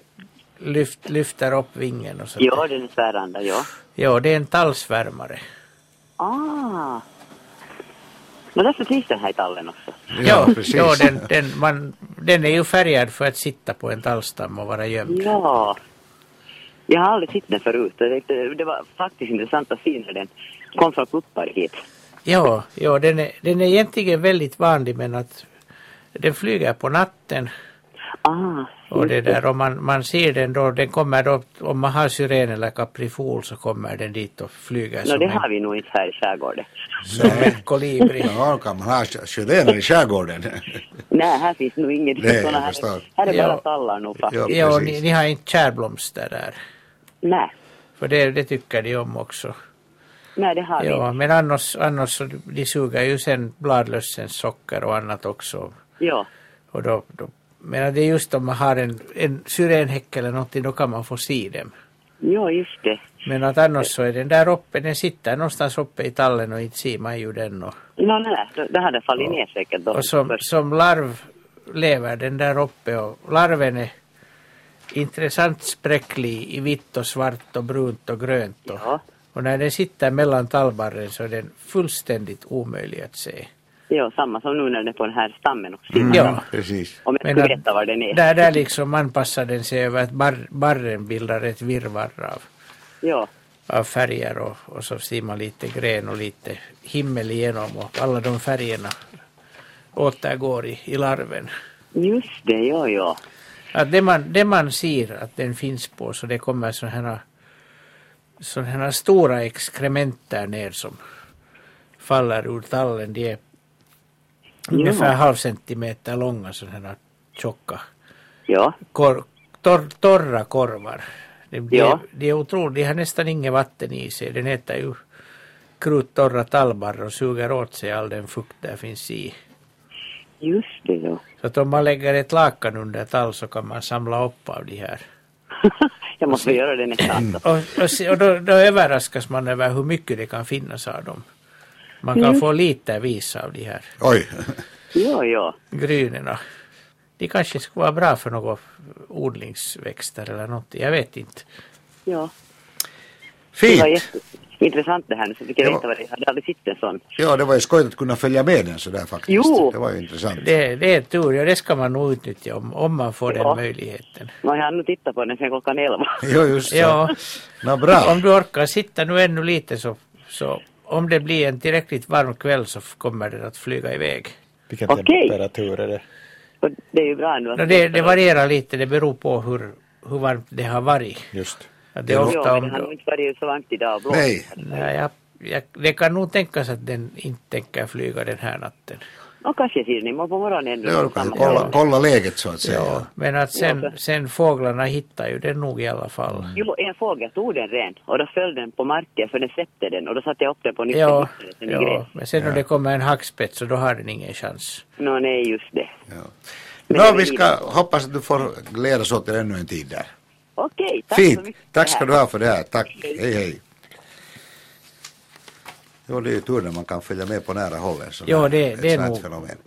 D: lyft, lyfter upp vingen och så.
I: ja den är tväranda, ja.
D: ja det är en tallsvärmare.
I: Ah! Men därför trivs den här i tallen också.
D: ja,
B: precis.
D: ja den, den, man, den är ju färgad för att sitta på en tallstam och vara gömd.
I: Ja. Jag har aldrig sett den förut. Jag tyckte Det var faktiskt intressant att se när den kom från Kuppar hit.
D: Ja, ja den, är, den är egentligen väldigt vanlig men att den flyger på natten
I: Ah,
D: och det där och man, man ser den då, den kommer då, om man har syren eller kaprifol så kommer den dit och flyger
I: no,
D: som
I: det har
D: en,
I: vi nog inte här i skärgården.
D: som en kolibri.
B: Ja, kan man ha chilenare i skärgården?
I: (laughs) Nej, här finns nog inget
B: Nej, jag
I: sådana här.
B: förstår.
I: Här är
D: Ja.
I: bara tallar nog faktiskt.
B: Ja,
D: Ja, och ni,
B: precis.
D: ni har inte kärblomster där.
I: Nej,
D: För det, det tycker de om också.
I: nej det har vi
D: Ja, men annars, annars så de suger ju sen bladlössens socker och annat också.
I: inte. Ja.
D: Och då, då, men det är just om man har en, en syrenhäck eller någonting då kan man få se dem.
I: ja, just det.
D: Men att annars så är den där uppe, den sitter någonstans uppe i tallen och inte ser man ju den. Och,
I: No, nej, då- det hade fallit ner säkert då.
D: och som,
I: först.
D: som larv lever den där uppe och larven är intressant spräcklig i vitt och svart och brunt och grönt. Och,
I: Ja,
D: och när den sitter mellan tallbarren så är den fullständigt omöjlig att se.
I: ja, samma som nu när den är på den här stammen också. Mm.
D: Ja,
B: Precis.
I: Om jag
D: Men
I: skulle
D: att-
I: berätta var den är.
D: där, där liksom anpassar den sig över att bar, barren bildar ett virrvarr av,
I: Ja,
D: av färger och, och så ser man lite grön och lite himmel igenom och alla de färgerna återgår i, i larven.
I: just det, ja, ja.
D: Att det, man, det man ser att den finns på så det kommer sådana här, såna här stora exkrement där ner som faller ur tallen. De är ungefär halv centimeter långa sådana här tjocka
I: Ja,
D: kor, tor, torra korvar. Det, det,
I: Ja.
D: det är otroligt, det har nästan inget vatten i sig. Den äter ju kruttorra talbar och suger åt sig all den fukt där finns i.
I: just det, ja.
D: Så att om man lägger ett lakan under tall så kan man samla upp av de här.
I: jag måste göra det
D: Mm.
I: nästa
B: Mm.
I: alltså.
D: Och, och, se- och då, då överraskas man över hur mycket det kan finnas av dem. Man kan få lite vis av de här
B: Oj.
I: Mm. Ja, ja.
D: grynorna. De kanske skulle vara bra för några odlingsväxter eller någonting, jag vet inte.
I: ja. Det var
B: Fint.
I: jätte... intressant det här nu, så tycker jag
B: Ja.
I: inte vad det, jag hade aldrig sett en sån.
B: Ja, det var ju skojigt att kunna följa med den sådär faktiskt.
I: Jo.
B: Det var ju intressant.
D: Det, det är tur, ja det ska man nog utnyttja om, om man får
I: Ja.
D: den möjligheten.
I: Man har nog tittat på den sen klockan elva. (laughs)
B: Jo, just så.
D: Ja.
B: Nå, bra.
D: Om du orkar sitta nu ännu lite så, så om det blir en tillräckligt varm kväll så f- kommer den att flyga iväg.
C: Vilken
I: Okej.
C: temperatur är det?
I: Och det är ju bra nu. att-
D: Nå, det, det varierar lite, det beror på hur, hur varmt det har varit.
C: Just.
D: Att det är
I: Jo,
D: ofta
I: men det har nog
D: om...
I: inte varit så varmt idag. Blå.
B: Nej,
D: Nej, jag, jag, det kan nog tänkas att den inte tänker flyga den här natten.
I: Och kanske ser ni imorgon på morgonen ännu.
B: det var
I: Samma.
B: kanske kolla, kolla läget så att säga.
D: Ja, men att
I: Ja, Mm.
D: sen,
I: för-
D: sen fåglarna hittar ju den nog i alla fall.
I: Jo, en fågel tog den ren och då föll den på marken för den släppte den och då satte jag upp den på nytt.
D: Ja,
I: Den i gräs.
D: ja, men sen om det kommer en hackspett så då har den ingen chans.
I: Nå, nej, just det.
B: Ja.
I: Men
B: Nå,
I: det
B: vi
I: är
B: ska hoppas att du får glädjas åt det ännu en tid där.
I: Okej, tack så
B: Fint.
I: mycket.
B: Tack ska du ha för det här. Tack. Hej, hej. Jo, det är ju tur när niin, man kan följa med på nära håll. en sån
D: Ja,
B: här-
D: det-
B: ett
D: det är
B: sånt här
D: nog-
B: Fenomen.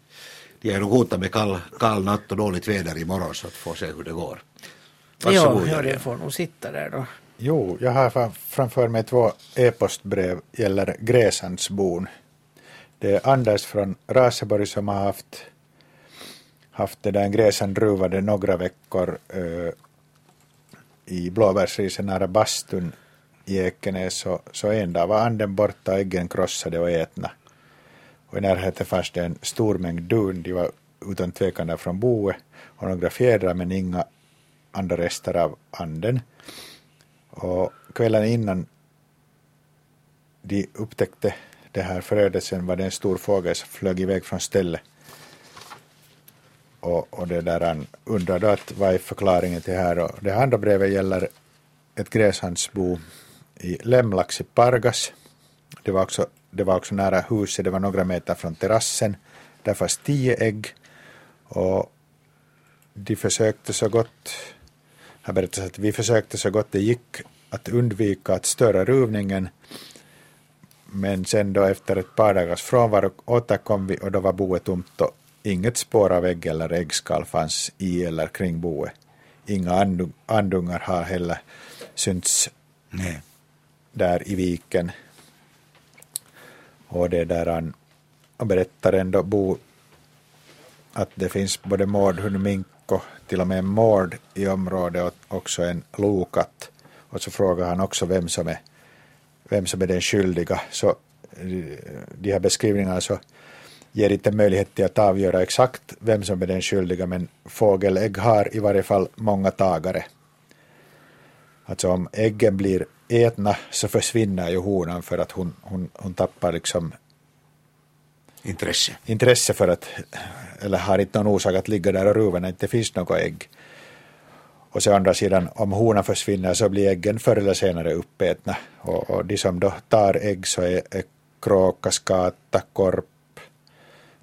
B: Det är nog hotat med kall, kall natt och dåligt väder imorgon så att få se hur det går. Varsågod.
D: ja, ja,
B: Jörgen.
D: den får nog sitta där då.
C: Jo, jag har fram- framför mig två e-postbrev gäller Gräsandsbon. Det är Anders från Raseborg som har haft, haft det där en gräsandruva det några veckor eh, i blåbärsrisen nära bastun i Ekenäs. Så, så en dag var anden borta, äggen krossade och ätna. Och i närheten fanns det en stor mängd dun, de var utan tvekan där från boet, och några fjädrar men inga andra rester av anden. Och kvällen innan de upptäckte det här förödelsen var det en stor fågel som flög iväg från stället. Och, och det där han undrar då att vad är förklaringen till det här? Och det andra brevet gäller ett gräshandsbo i Lemlax i Pargas. Det var, också, det var också nära huset, det var några meter från terrassen. Där fanns tio ägg. Och de försökte så gott har berättat att vi försökte så gott det gick att undvika att störa ruvningen. Men sen då efter ett par dagars frånvaro återkom vi och då var boet tomt och inget spår av ägg eller äggskal fanns i eller kring boet. Inga andu- andungar har heller synts
B: Nej.
C: där i viken. Och det där han och berättar ändå Bo att det finns både mårdhund, mink och till och med en mård i området och också en lokatt. Och så frågar han också vem som är, vem som är den skyldiga. Så eh, de här beskrivningarna så ger inte möjlighet till att avgöra exakt vem som är den skyldiga men fågelägg har i varje fall många tagare. Alltså om äggen blir ätna så försvinner ju honan för att hon, hon, hon tappar liksom
B: Intresse.
C: intresse för att, eller har inte någon orsak att ligga där och ruva när det inte finns något ägg. Och så å andra sidan, om honan försvinner så blir äggen förr eller senare uppätna. Och, och de som då tar ägg så är, är kråka, skata, korp,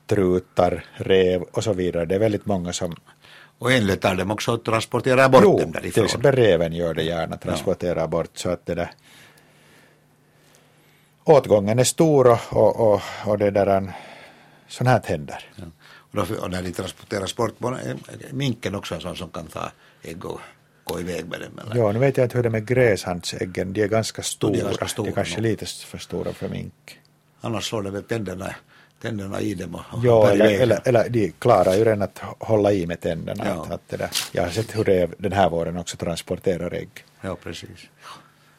C: trutar, rev och så vidare. Det är väldigt många som
B: Och enligt har de också transporterar bort
C: jo,
B: dem
C: till
B: därifrån.
C: exempel reven gör det gärna, transporterar bort så att det där åtgången är stor och, och, och, och det där sånt här händer.
B: Ja. Och, då, och när de transporteras bort, må- eh, minken också en sån som kan ta ägg och gå iväg med dem. Eller?
C: Ja, nu vet jag inte hur det är med gräshandsäggen, de är ganska stora.
B: De är ganska stora,
C: De är kanske
B: ja.
C: lite för stora för mink.
B: Annars slår de väl tänderna, tänderna i dem och, och
C: Ja,
B: bär
C: eller,
B: iväg dem.
C: eller, eller de klarar ju redan att hålla i med tänderna.
B: Ja.
C: Att, att det där. Jag har sett hur rev den här våren också transporterar ägg.
B: Ja, precis.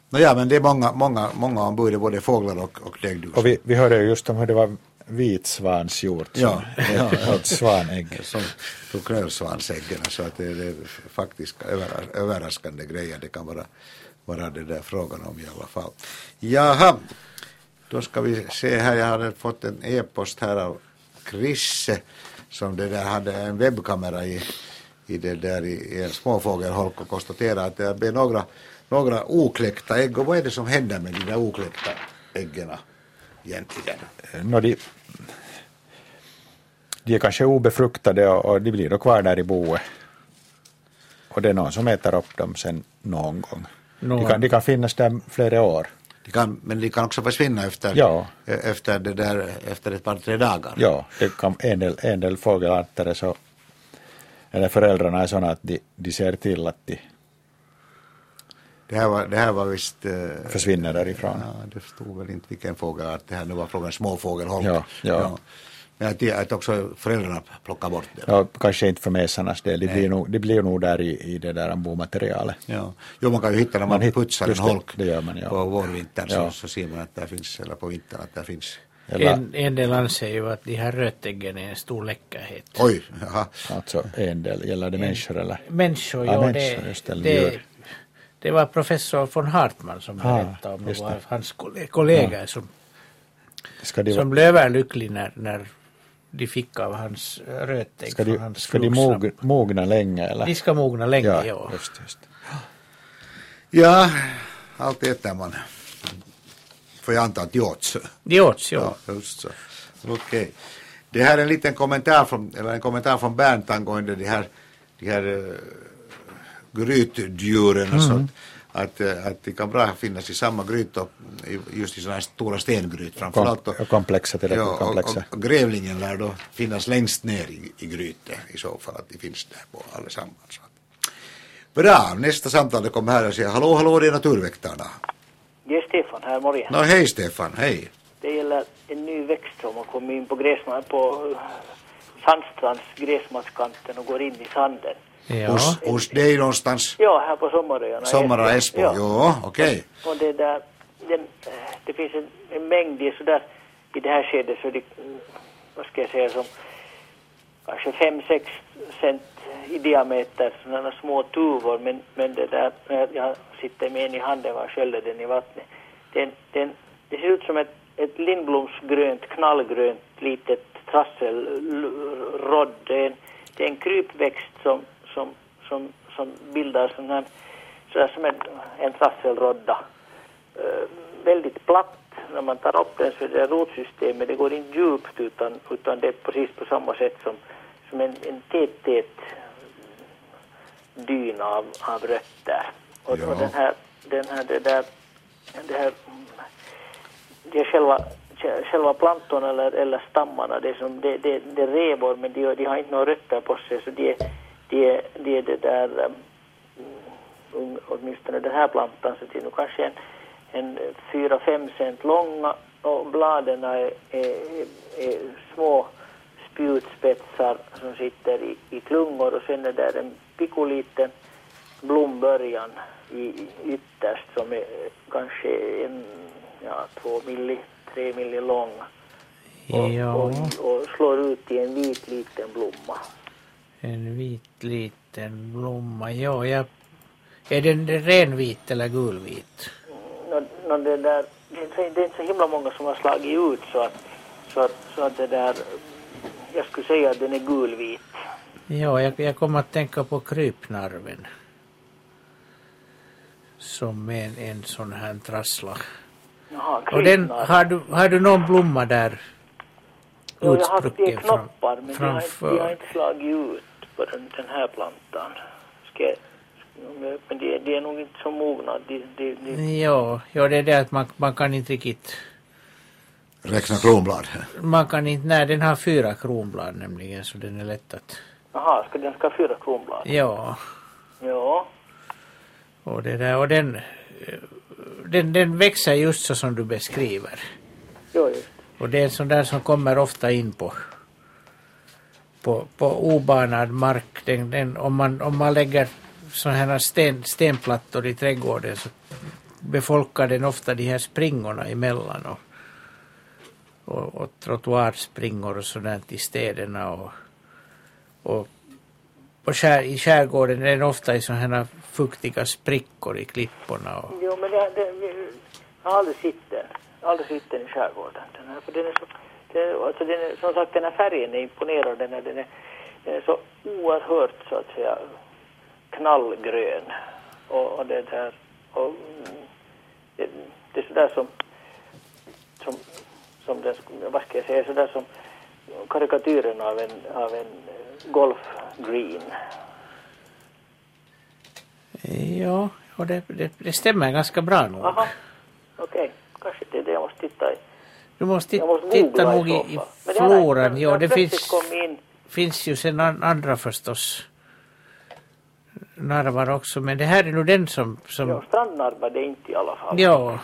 B: Nåja, men det är många, många, många ombud, både fåglar och, och däggdjur.
C: Och vi, vi hörde ju just om hur det var vitsvansgjort som
B: Ja, ja, ja.
C: åt svanägg.
B: (laughs) som tog knölsvansäggen. Så att det, det är faktiskt över, överraskande grejer det kan vara, vara det där frågan om i alla fall. Jaha, då ska vi se här. Jag hade fått en e-post här av Krisse som det där hade en webbkamera i, i det där i, i en småfågelholk och konstaterade att det blev några, några okläckta ägg. Och vad är det som händer med de där okläckta äggen egentligen?
C: No, de, de är kanske obefruktade och, och de blir då kvar där i boet. Och det är någon som äter upp dem sen någon gång. De
D: Någon.
C: kan, de kan finnas där flera år.
B: De kan, men de kan också försvinna efter,
C: Ja.
B: e- efter, det där, efter ett par, tre dagar.
C: Ja, det kan, en del, en del fågelarter är så, eller föräldrarna är sådana att de, de ser till att de,
B: Det här var, det här var visst... eh,
C: Försvinner därifrån.
B: Ja, det förstod väl inte vilken fågelart det här nu var frågan, småfågelholk.
C: Ja, ja.
B: Men att, att också föräldrarna plockar bort det.
C: Ja, kanske inte för mesarnas del, det blir, nog, det blir nog där i, i det där bomaterialet.
B: Ja. Jo, man kan ju hitta när man,
C: Man hitt-
B: putsar en
C: just det,
B: holk
C: det gör man, ja.
B: på vårvintern
C: Ja.
B: så, så ser man att där finns, eller på vintern att där finns.
C: Eller
D: En, en del anser ju att de här rötäggen är en stor läckerhet.
B: Oj, jaha.
C: alltså en del, gäller det människor eller?
D: Människor,
C: Ja,
D: ja,
C: människor, just det,
D: det,
C: eller
D: det,
C: djur.
D: det var professor von Hartmann som
C: Ah,
D: berättade om det
C: just
D: var
C: det.
D: hans kolle- kollegor som,
C: Ska de,
D: som blev överlycklig när, när de fick av hans rötägg
C: ska
D: från
C: de,
D: hans
C: ska de
D: vuxna.
C: mog, mogna länge eller?
D: De ska mogna länge, ja.
C: ja. Just, just.
B: Ja, allt äter man. För jag antar att det åts.
D: De åts, ja.
B: Ja, just så. Okej. Det här är en liten kommentar från, eller en kommentar från Bernt angående de här, de här uh, grytdjuren och sånt. Att, eh, att det kan bra finnas i samma gryta, i- just i sådana här stora stengryt framförallt.
C: Kom- komplexa, tillräckligt
B: ja, och,
C: komplexa.
B: och, och grävlingen lär då finnas längst ner i, i grytan i så fall, att de finns där på allesammans. Så att- Bra, nästa samtal det kommer här och säger hallå, hallå, det är naturväktarna.
J: Det är Stefan här, morgon.
B: Nå hej Stefan, hej.
J: Det gäller en ny växt som har kommit in på gräsman på eh, Sandstrands gräsmatskanten och går in i sanden.
D: ja.
B: Hos, hos dig någonstans?
J: Ja, här på Sommaröarna.
B: Sommar och Esbo,
J: Ja.
B: jo, okej.
J: Och det där, den, eh, det finns en, en mängd i sådär, i det här skedet så är det, mm, vad ska jag säga, som kanske 5-6 cent i diameter, sådana små tuvor, men, men det där, när jag sitter med en i handen och sköljde den i vattnet. Den, den, det ser ut som ett, ett lindblomsgrönt, knallgrönt litet trasselrådd. Det är en, det är en krypväxt som, som, som, som bildar sån här, så här som en, en trasselrodda. Eh, väldigt platt. När man tar upp den så är det rotsystemet, det går inte djupt utan, utan det är precis på samma sätt som, som en, en tät, tät dyn av, av rötter. Och,
B: Ja.
J: och den här, den här, det där, det här, det är själva, själva plantorna eller, eller stammarna, det är, som, det, det, det är revor men de, de har inte några rötter på sig så de är, de är, de är det där eh, um, åtminstone den här plantan, så det är nog kanske en, en 4-5 cent långa och bladen är, är, är små spjutspetsar som sitter i, i klungor och sen är där en pikoliten blombörjan i, i ytterst som är eh, kanske en, ja, två milli, tre milli lång och, och,
D: ja.
J: och slår ut i en vit liten blomma.
D: En vit liten blomma, ja. Jag... Är den renvit eller gulvit?
J: no, no, det, där, det, är inte, så- det är inte så himla många som har slagit ut så att, så att, så att det där, jag skulle säga att den är gulvit.
D: Ja, jag, jag kommer att tänka på krypnarven. Som är en, en sån här trassla.
J: Jaha,
D: Och den,
J: krypnar.
D: har du, har du någon blomma där
J: Jo, jag har haft det i
D: utsprucken fram,
J: knoppar men de har, inte, de har
D: framför?
J: inte slagit ut på den, den här plantan. Ska, jag- men det, det är nog inte så mogna. Det, det, det,
D: Ja, ja, det är det att man, man kan inte riktigt...
B: Räkna kronblad.
D: Man kan inte... Nej, den har fyra kronblad nämligen, så den är lätt att...
J: Jaha, ska den ska ha fyra kronblad?
D: Ja,
J: Ja.
D: och det där, och den... eh, Den, den växer just så som du beskriver.
J: Jo, just.
D: Och det är en sån där som kommer ofta in på, på, på obanad mark. Den, den, om, man, om man lägger sådana här sten, stenplattor i trädgården så befolkar den ofta de här springorna emellan och, och, och trottoarspringor och sådant i städerna. Och, och, och skär, i skärgården är den ofta i sådana här fuktiga sprickor i klipporna. Och,
J: Jo, men det, det, jag har aldrig sett den. Jag har aldrig sett den i skärgården. Den här, för den är så, den, alltså den är, som sagt, den här färgen är imponerande. Den är, den, är, den är så oerhört, så att säga, knallgrön. Och, och det där, och mm, det, det är sådär som, som, som den, sk- vad ska jag säga, sådär som karikatyren av en, av en eh, golfgreen.
D: ja, och det, det, det stämmer ganska bra nog.
J: Aha, okej. Kanske det är det jag måste titta i.
D: Du måste
J: Jag måste
D: titta
J: googla
D: nog i,
J: i så
D: i
J: fall. Men det har jag-
D: floran.
J: jag-
D: Ja,
J: jag
D: det
J: plötsligt
D: finns,
J: kom in.
D: finns ju sen an, andra förstås. narvar också, men det här är nu den som... som
J: Ja, strandnarva det är inte i alla fall.
D: ja,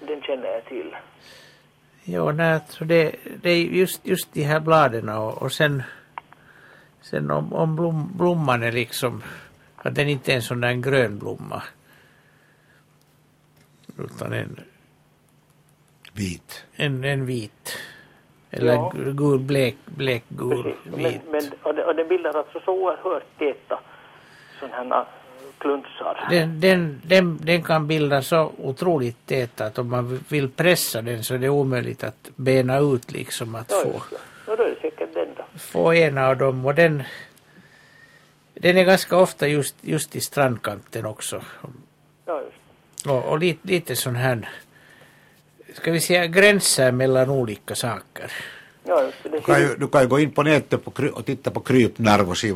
J: Den känner jag till.
D: ja nej, så det, det är just, just de här bladen och, och sen, sen om, om blom, blomman är liksom, att den inte är en sån där grön blomma, utan en,
B: Vit.
D: en, en vit, eller
J: Ja.
D: gu- gul, blek, blekgul,
J: Precis. Men,
D: vit.
J: men, och, det, och det bildar alltså så oerhört täta sådana här klunsar.
D: Den, den, den, den kan bilda så otroligt tät att om man vill pressa den så är det omöjligt att bena ut liksom att få,
J: No, då är det säkert den då.
D: få ena av dem och den den är ganska ofta just, just i strandkanten också.
J: Ja, just.
D: Och, och lite, lite sån här, ska vi säga gränser mellan olika saker.
J: Ja, just. det. Det
B: Du kan, ju, du kan ju gå in på nätet på, kry- och titta på krypnarv och se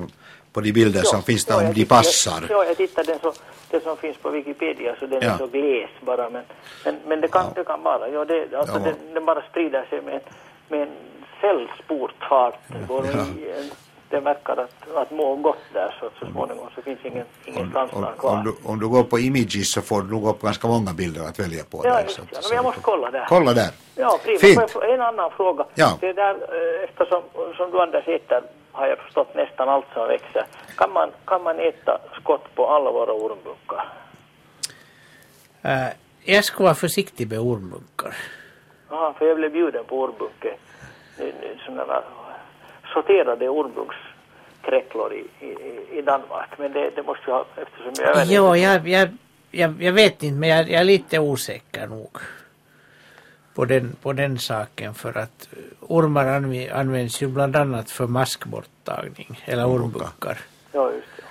B: på de bilder som finns där om
J: jag
B: de
J: tittar-
B: passar.
J: Ja, jag tittar den som, den som finns på Wikipedia så den
B: Ja.
J: är så gles bara. Men, men, men det, kan, det kan vara, ja, det, alltså,
B: Ja.
J: Den, den bara sprider sig med, en- med en sällsport fart. Går i en- Den verkar att, att må gott där så att så småningom så finns ingen, ingen
B: Om,
J: slantslang kvar.
B: om, du, om du går på images så får du nog upp ganska många bilder att välja på.
J: ja,
B: där,
J: just,
B: så att-
J: ja.
B: så
J: Men jag
B: du
J: måste
B: får-
J: kolla där.
B: Kolla där.
J: Ja, prima.
B: Fint.
J: Får jag få en annan fråga?
B: Ja.
J: Det där, eh, eftersom som du Anders äter har jag förstått nästan allt som växer. Kan man, kan man äta skott på alla våra ormbunkar?
D: Äh, jag ska vara försiktig med ormbunkar.
J: Ja, för jag blev bjuden på ormbunke. Niin, Sådana sorterade ormbunkskräcklor i, i, i Danmark. Men det, det måste jag ha eftersom jag är
D: Jo, jag, jag, jag, jag vet inte, men jag, jag är lite osäker nog på den, på den saken för att ormar anv- används ju bland annat för maskborttagning eller ormbunkar.
J: Ja, just det.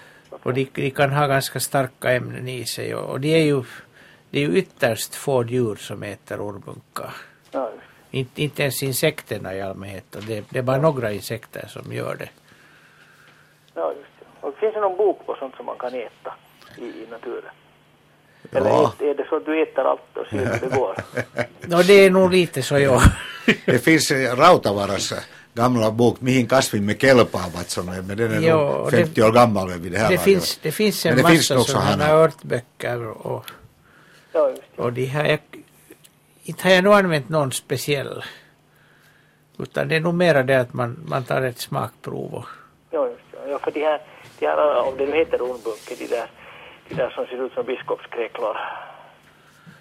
D: Och de, de kan ha ganska starka ämnen i sig och, och det är ju det är ju ytterst få djur som äter ormbunkar.
J: Ja, just det.
D: Inte, inte ens insekterna i allmänhet, och det, det är bara några insekter som gör det.
J: Ja, just det. Och finns det någon bok på sånt som man kan äta i, i naturen?
B: Ja.
J: Eller är, är det så att du äter allt och ser hur
B: (laughs)
J: det går?
D: Och det är nog lite så jag.
B: Det finns eh, Rautavaras gamla bok Mihin kasvimme kelpaavat som är, men den är
D: Joo,
B: nog
D: det-
B: 50 år gammal vid det här
D: Det
B: laget.
D: finns, det finns en
B: Men det
D: massa
B: finns också
D: sådana
B: här.
D: här örtböcker och,
J: Ja, just
D: och de här. Jag, inte har jag nog använt någon speciell. Utan det är nog mera det att man, man tar ett smakprov och
J: Ja, just det. Ja, för de här, de här om det nu heter ormbunke, de där, de där som ser ut som biskopskräklor,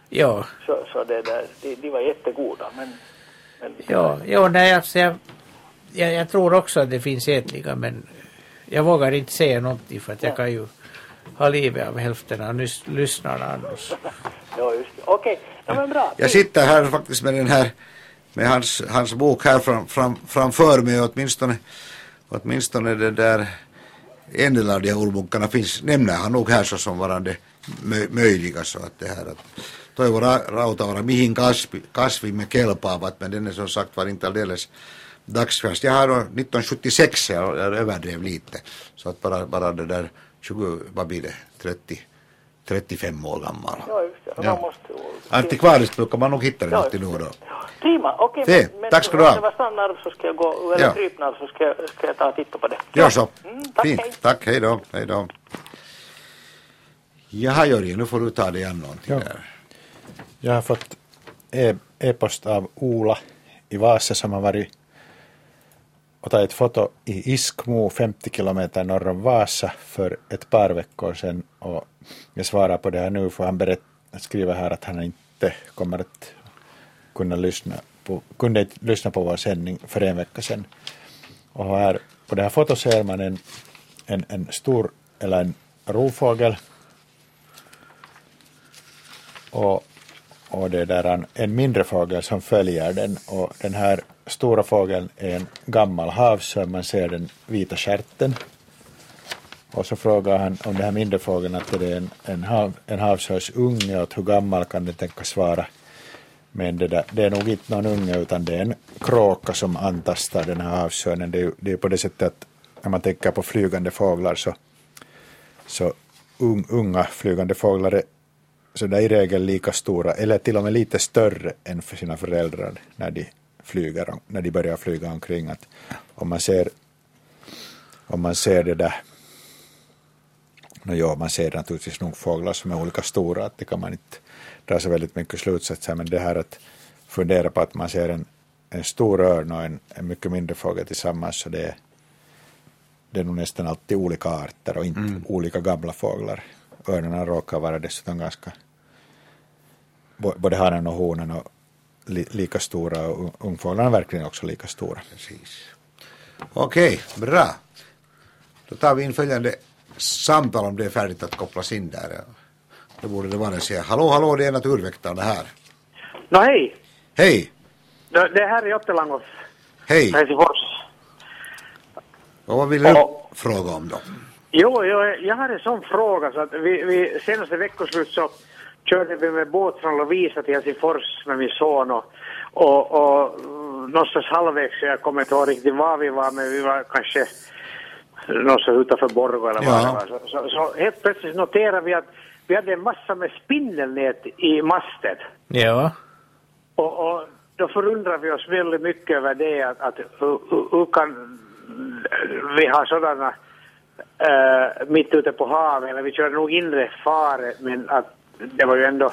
D: ja.
J: så, så det där, de, de var jättegoda. Men, men
D: Ja, ja nej, alltså jag, jag, jag tror också att det finns ätliga men jag vågar inte säga någonting för att jag kan ju ha livet av hälften av nys- lyssnarna annars.
J: ja, just det. Okej, ja, men bra.
B: Jag sitter här faktiskt med den här med hans, hans bok här fram, fram, framför mig och åtminstone åtminstone det där en del av de här ormbunkarna finns, nämner han nog här såsom varande mö, möjliga så att det här att Toivo Ra- Rautavaara, mihin kasvi, kasvimme kelpaavat, men den är som sagt var inte alldeles dagsfärsk. Jag har då 1976, jag jag överdrev lite, så att bara, bara det där 20, vad blir det, 30, 35 år gammal.
J: Ja, just det.
B: Ja.
J: Man måste...
B: Antikvariskt brukar man nog hitta den
J: Ja.
B: alltid nu och då.
J: Prima, okej.
B: Se, tack ska du ha.
J: Om det var strandnarv så ska jag gå, eller
B: Ja.
J: krypnarv så ska jag, ska jag ta och titta på det.
B: Gör så.
J: Mm, tack,
B: Fint.
J: hej.
B: Tack, hej då. Hej då. Jaha Jörgen, nu får du ta dig an någonting
C: Ja.
B: där.
C: Jag har fått e- e-post av Ola i Vasa som har varit och tagit foto i Iskmo 50 kilometer norr om Vasa för ett par veckor sedan och jag svarar på det här nu för han berätt, skriver här att han inte kommer att kunna lyssna på, kunde inte lyssna på vår sändning för en vecka sedan. Och här på det här fotot ser man en, en, en stor eller en rovfågel och, och det där är en mindre fågel som följer den och den här stora fågeln är en gammal havsörn, man ser den vita stjärten. Och så frågar han om den här mindre fågeln att är det är en, en, hav, en havsörnsunge och att hur gammal kan den tänkas vara. Men det, där, det är nog inte någon unge utan det är en kråka som antastar den här havsörnen. Det är ju det är på det sättet att när man tänker på flygande fåglar så, så un, unga flygande fåglar är så där i regel lika stora eller till och med lite större än för sina föräldrar när de, flyger, om- när de börjar flyga omkring. Att om, man ser, om man ser det där No, jo, man ser naturligtvis nog fåglar som är olika stora, att det kan man inte dra så väldigt mycket slutsatser, men det här att fundera på att man ser en, en stor örn och en, en mycket mindre fågel tillsammans, så det är, det är nog nästan alltid olika arter och inte
B: Mm.
C: olika gamla fåglar. Örnarna råkar vara dessutom ganska, bo- både hanen och honan och li, lika stora och un- ungfåglarna är verkligen också lika stora.
B: Precis. Okej, bra. Då tar vi in följande samtal om det är färdigt att kopplas in där. Då borde det vara en säga, hallå, hallå, det är naturväktarna här.
K: No hei,
B: Hej,
K: det det är Harry Ottelangos,
B: hej.
K: Helsingfors.
B: Och vad vill du fråga om då?
K: Jo, jo, jag har en sån fråga så att vi, vi senaste veckoslut så körde vi med båt från Lovisa till Helsingfors med min son och, och, och mm, någonstans halvvägs, jag kommer inte ihåg riktigt var vi var, men vi var kanske någonstans utanför Borgå eller vad
L: Ja.
K: det var. Så, så, så helt plötsligt noterade vi att vi hade en massa med spindelnät i masten.
D: Ja.
K: Och, och då förundrar vi oss väldigt mycket över det att, att hur, hur- hur kan Äh, vi ha sådana eh, mitt ute på havet, eller vi körde nog inre fare, men att det var ju ändå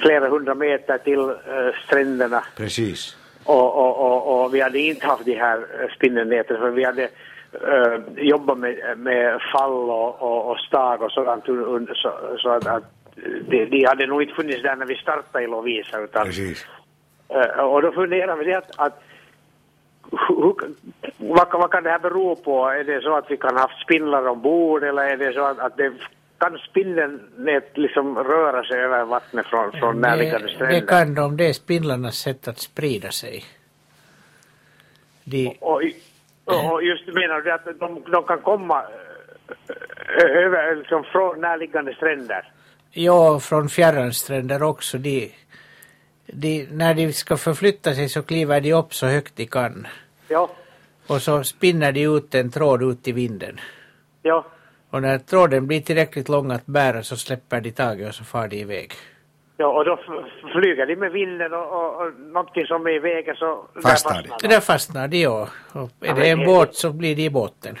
K: flera hundra meter till eh, stränderna
B: Precis.
K: och, och, och, och vi hade inte haft de här eh, spindelnäten för vi hade eh, jobbat med, med fall och, och, och stag och sådant un- un- så, så att, att de, de hade nog inte funnits där när vi startade i Lovisa utan
B: Precis.
K: Eh, Och då funderar vi det att, att hu- hur, vad, kan- vad kan det här bero på? Är det så att vi kan ha haft spindlar ombord eller är det så att, att det kan spindelnät liksom röra sig över vattnet från, från närliggande
D: Mm. Det, det
K: stränder?
D: kan de, det är spindlarnas sätt att sprida sig. De,
K: Och, i- och och just menar du att de, de kan komma eh, ö- över, liksom från närliggande stränder?
D: ja, från fjärran stränder också, de, de, när de ska förflytta sig så kliver de upp så högt de kan.
K: Ja,
D: Och så spinner de ut en tråd ut i vinden.
K: ja,
D: Och när tråden blir tillräckligt lång att bära så släpper de taget och så far de iväg.
K: ja och då f- flyger de med vinden och, och, och någonting som är i vägen så... där
D: Det där fastnar de, ja. Och är det
K: Ja, men
D: en
K: det-
D: båt så blir de i båten.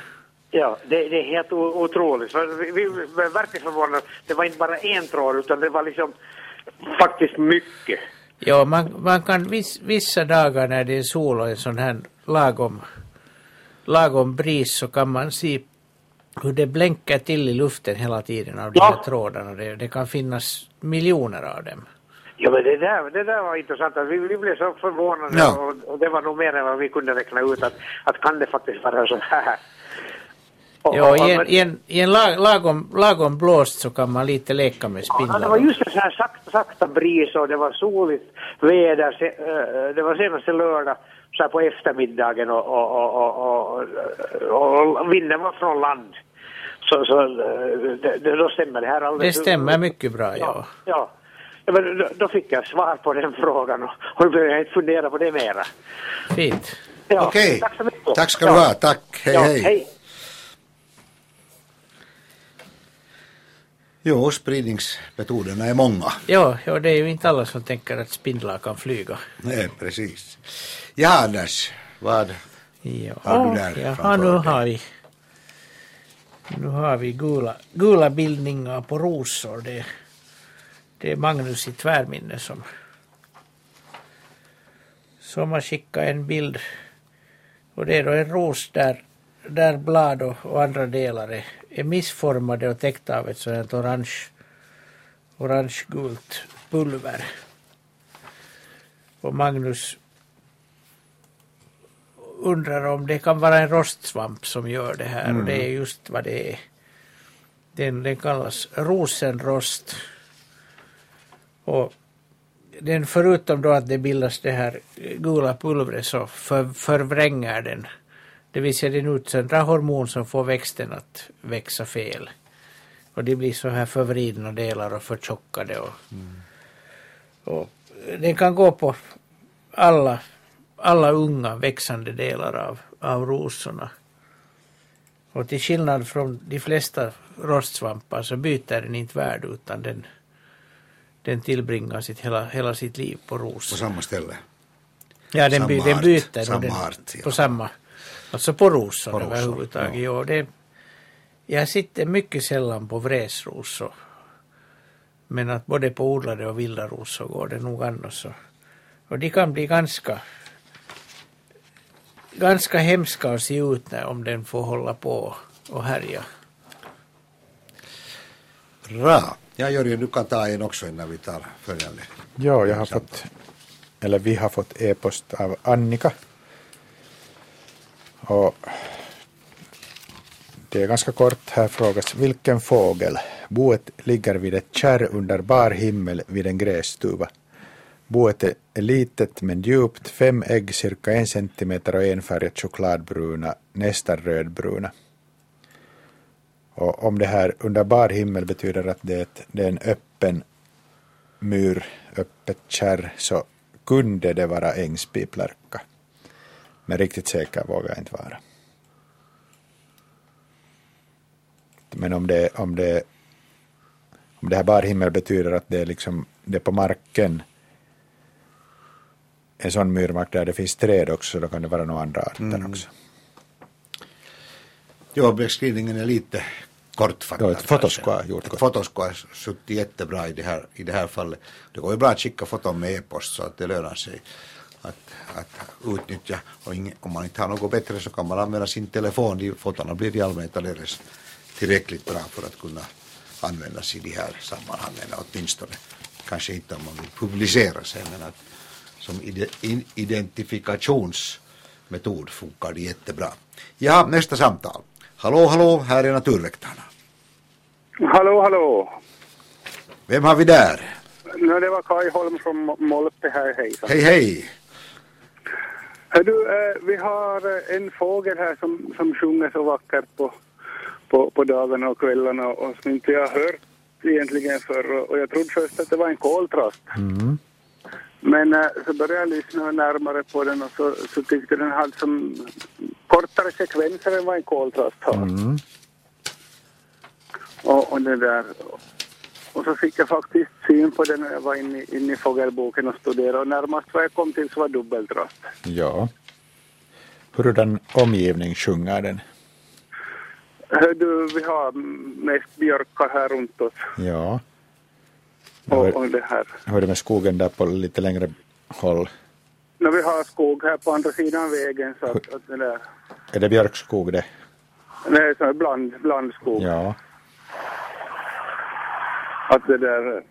K: Ja, det, det är helt o- otroligt. För vi, vi var verkligen förvånade. Det var inte bara en tråd, utan det var liksom faktiskt mycket.
D: Ja, man, man kan viss, vissa dagar när det är sol och en sån här lagom, lagom bris så kan man se hur det blänker till i luften hela tiden av de
K: Ja.
D: här trådarna. Det, det kan finnas miljoner av dem.
K: Ja, men det där, det där var intressant. Att Vi, vi blev så förvånade
D: Ja.
K: och, och det var nog mer än vad vi kunde räkna ut. Att, att kan det faktiskt vara så här? Och- och-
D: Ja, i en,
K: men-
D: i en, i en lag, lagom, lagom blåst så kan man lite leka med
K: Ja, det var
D: spindlar.
K: just en sån här sakta, sakta bris och det var soligt väder. Se, eh, det var senaste lördag så här på eftermiddagen och, och, och, och, och, och vinden var från land. Så, så eh, det, det, då stämmer det här
D: Det
K: alldeles.
D: stämmer mycket bra, ja.
K: Ja. ja men då, då fick jag svar på den frågan och, och då behöver jag inte fundera på det mera.
D: Fint.
K: Ja,
B: Okej.
K: Tack så mycket.
B: Tack ska du ha, tack. Hej,
K: ja,
B: hej.
K: hej.
B: Jo, spridningsmetoderna är många.
D: Ja, ja, det är ju inte alla som tänker att spindlar kan flyga.
B: Nej, precis. Ja, Anders, vad har du där
D: Jaha,
B: framför
D: nu
B: dig?
D: har vi nu har vi gula, gula bildningar på rosor. Det, det är Magnus i Tvärminne som som har skickat en bild. Och det är då en ros där, där blad och, och andra delar är, är missformade och täckta av ett sådant orange orange-gult pulver. Och Magnus undrar om det kan vara en rostsvamp som gör det här och
M: Mm.
D: det är just vad det är. Den, den kallas rosenrost. Och den förutom då att det bildas det här gula pulvret så för, förvränger den. Det vill säga den utsöndrar hormon som får växten att växa fel. Och de blir så här förvridna delar och förtjockade. Och, och den kan gå på alla, alla unga växande delar av, av rosorna. Och till skillnad från de flesta rostsvampar så byter den inte värld utan den, den tillbringar sitt, hela, hela sitt liv på ros.
B: På samma ställe.
D: Ja, den, by,
B: Samma
D: den
B: art,
D: byter. och
B: samma
D: den,
B: art, ja.
D: på samma, alltså på rosor
B: På rosor,
D: överhuvudtaget. Ja. det, Jag sitter mycket sällan på vräsrosor. Men att både på odlade och vilda rosor går det nog an. Och, så. och de kan bli ganska, ganska hemska att se ut när, om den får hålla på och härja.
B: Bra. Ja, Jörgen, du kan ta en också innan vi tar följande.
C: Ja, jag har fått, eller vi har fått e-post av Annika. Och det är ganska kort. Här frågas vilken fågel? Boet ligger vid ett kärr under bar himmel vid en grästuva. Boet är litet men djupt, fem ägg cirka en centimeter och enfärgat chokladbruna, nästan rödbruna. Och om det här under bar himmel betyder att det är, ett, det är en öppen myr, öppet kärr, så kunde det vara ängspiplarka. Men riktigt säker vågar jag inte vara. Men om det, om det, om det här bar himmel betyder att det är, liksom, det är på marken, en sån myrmark där det finns träd också, då kan det vara några andra arter också.
B: Jo, beskrivningen är lite kortfattad.
C: Då ett fotoskoa har gjort
B: Ett
C: gott.
B: fotoskoa har suttit jättebra i det, här, i det här fallet. Det går ju bra att skicka foton med e-post så att det lönar sig att, att utnyttja. Och ing, om man inte har något bättre så kan man använda sin telefon. De fotona blir i allmänhet alldeles tillräckligt bra för att kunna användas i de här sammanhangen åtminstone. Kanske inte om man vill publicera sig men att som ide, in, identifikationsmetod funkar det jättebra. Ja, nästa samtal. Hallå, hallå, här är naturväktarna.
L: Hallå, hallå.
B: Vem har vi där?
L: No, det var Kai Holm från Molpe här, hejsan.
B: Hej, hej.
L: Hör Du, eh, vi har eh, en fågel här som, som sjunger så vackert på, på, på dagarna och kvällarna och som inte jag har hört egentligen förr. Och- Och jag trodde först att det var en koltrast.
C: Mm.
L: Men eh, så började jag lyssna närmare på den och så, så tyckte den hade som kortare sekvenser än vad en koltrast har.
C: Mm.
L: Och, och det där. Och så fick jag faktiskt syn på den när jag var inne, inne i fågelboken och studerade. Och närmast vad jag kom till så var dubbeltrast.
C: Ja. Hurdan omgivning sjunger den?
L: Hör Du, vi har mest björkar här runt oss
C: Ja.
L: och, och det här.
C: Hur är det med skogen där på lite längre håll?
L: När vi har skog här på andra sidan vägen så att, att det där.
C: Är det björkskog det?
L: Det är så här bland, blandskog.
C: Ja.
L: Att det där.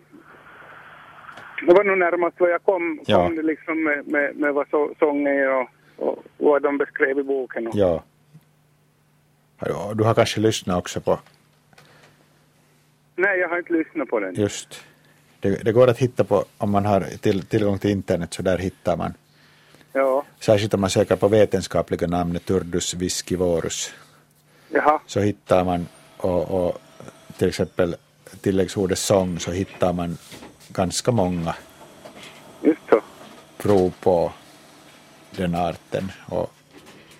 L: Det var nog närmast vad jag kom,
C: Ja.
L: kom det liksom med, med, med vad så, sången är och, och vad de beskrev i boken. Och,
C: Ja. Ja, Du har kanske lyssnat också på,
L: Nej, jag har inte lyssnat på den.
C: just, det, det går att hitta på, om man har till, tillgång till internet så där hittar man.
L: Ja,
C: Särskilt om man söker på vetenskapliga namnet Turdus viskivorus
L: jaha.
C: så hittar man, och, och till exempel tilläggsordet sång så hittar man ganska många
L: Just så.
C: prov på den arten. Och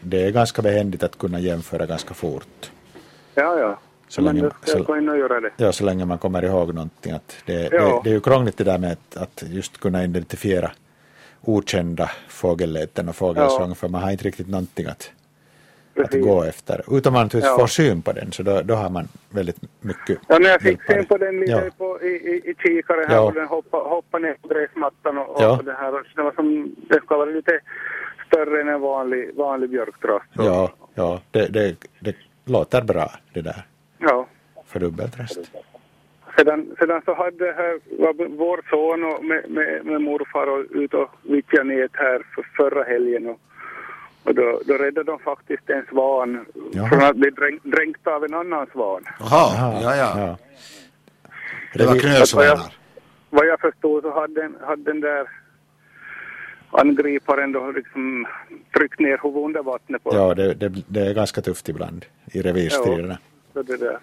C: det är ganska behändigt att kunna jämföra ganska fort.
L: Ja, ja.
C: Så
L: Men
C: länge-
L: då ska jag
C: så-
L: gå in och göra det.
C: Ja, så länge man kommer ihåg någonting. Att det, det,
L: Ja.
C: det är ju krångligt det där med att, att just kunna identifiera okända fågelläten och fågelsång,
L: Ja.
C: för man har inte riktigt någonting att, att
L: Precis.
C: gå efter. Utom man naturligtvis
L: Ja.
C: får syn på den, så då, då har man väldigt mycket.
L: Ja, när jag fick
C: hjälpare.
L: syn på den lite
C: Ja.
L: på, i, i, i kikaren här
C: Ja.
L: och den hoppade, hoppade ner på gräsmattan och, och
C: Ja.
L: det här. Så det var som, det ska vara lite större än en vanlig, vanlig björktrast.
C: Ja, ja det, det, det låter bra det där
L: Ja.
C: för dubbeltrast.
L: Sedan, sedan så hade här, var vår son och med, med, med morfar och ut och vittjade nät här för förra helgen. Och, och då, då räddade de faktiskt en svan
C: Jaha.
L: från att bli dränk, dränkt av en annan svan.
B: Jaha, ja, ja. Det var
L: Revir-
B: knölsvanar.
L: Vad jag förstod så hade, den- hade den där angriparen då liksom tryckt ner huvudet under vattnet på
C: Ja, det, det, det är ganska tufft ibland i revirstriderna.
L: så det där.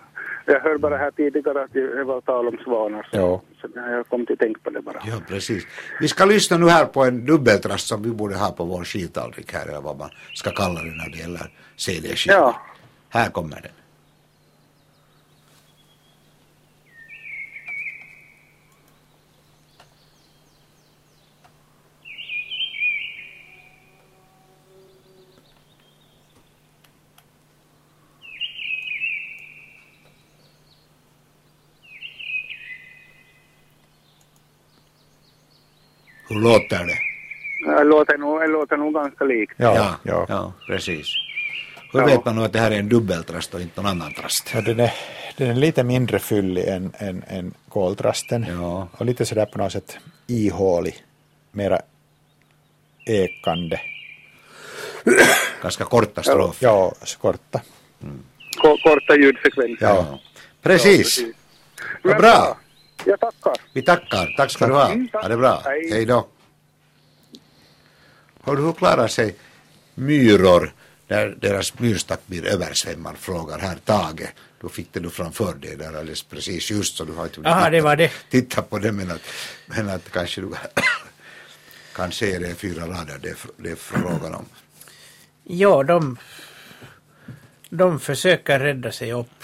L: Jag hörde bara här tidigare att det var tal om svanar. Så,
C: Ja.
L: så när jag kom till tänka på det bara.
B: Ja, precis. Vi ska lyssna nu här på en dubbeltrast som vi borde ha på vår skitallrik här, eller vad man ska kalla den när det gäller CD-skivor. Här kommer den. Hur låter det?
L: Det låter nog, det låter nog ganska likt.
B: ja, ja. precis. Hur
C: Ja.
B: vet man nu att det här är en dubbeltrast och inte någon annan trast?
C: Ja, den, är, den är lite mindre fyllig än, än, än koltrasten. Och lite sådär på något sätt ihålig. Mera ekande.
B: Ganska korta strofer.
C: Ja, så korta.
L: Ko- korta ljudfrekvenser.
B: Ja. Precis. Vad bra. Vi tackar. Tack ska du ha.
L: Mm, tack.
B: Ha det bra.
L: Hej.
B: Hej då. Hör du, hur klarar sig myror när deras myrstack blir översvämmad? Frågar herr Tage. Då fick det du framför dig där alldeles precis just så du har inte hunnit
D: Jaha, det var det.
B: titta på det men att, men att kanske du (coughs) kan se det i fyra rader det, är fr- det är frågan om.
D: Ja, de, de försöker rädda sig upp.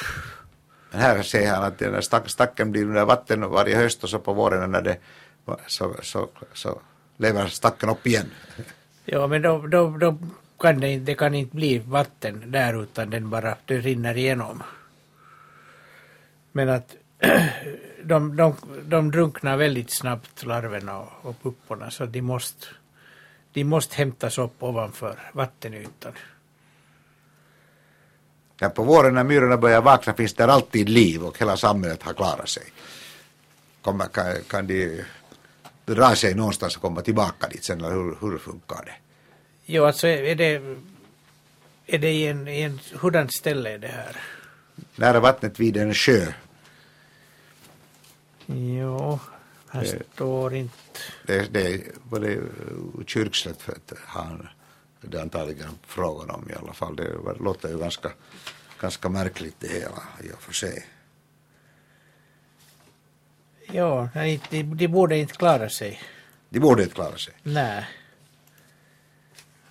B: Men här säger han att den här stack, stacken blir under vatten varje höst och så på våren när det så, så, så lever stacken upp igen.
D: Ja, men då, då, då kan det, inte- det kan inte bli vatten där utan den bara den rinner igenom. Men att (clears throat) de, de, de drunknar väldigt snabbt, larverna och, och pupporna, så de måste, de måste hämtas upp ovanför vattenytan.
B: Ja, på våren när myrorna börjar vakna finns där alltid liv och hela samhället har klarat sig. Kommer, kan, kan de dra sig någonstans och komma tillbaka dit sen eller hur, hur funkar det?
D: Jo, alltså är det, är det i en, i en hurdant ställe är det här?
B: Nära vattnet vid en sjö,
D: Jo, här
B: Det-
D: står inte.
B: det, det var det kyrkslätt för att han det är antagligen frågan om i alla fall. Det var- låter ju ganska, ganska märkligt det hela i och för sig.
D: Ja, nej, de, de borde inte klara sig.
B: De borde inte klara sig.
D: Nej.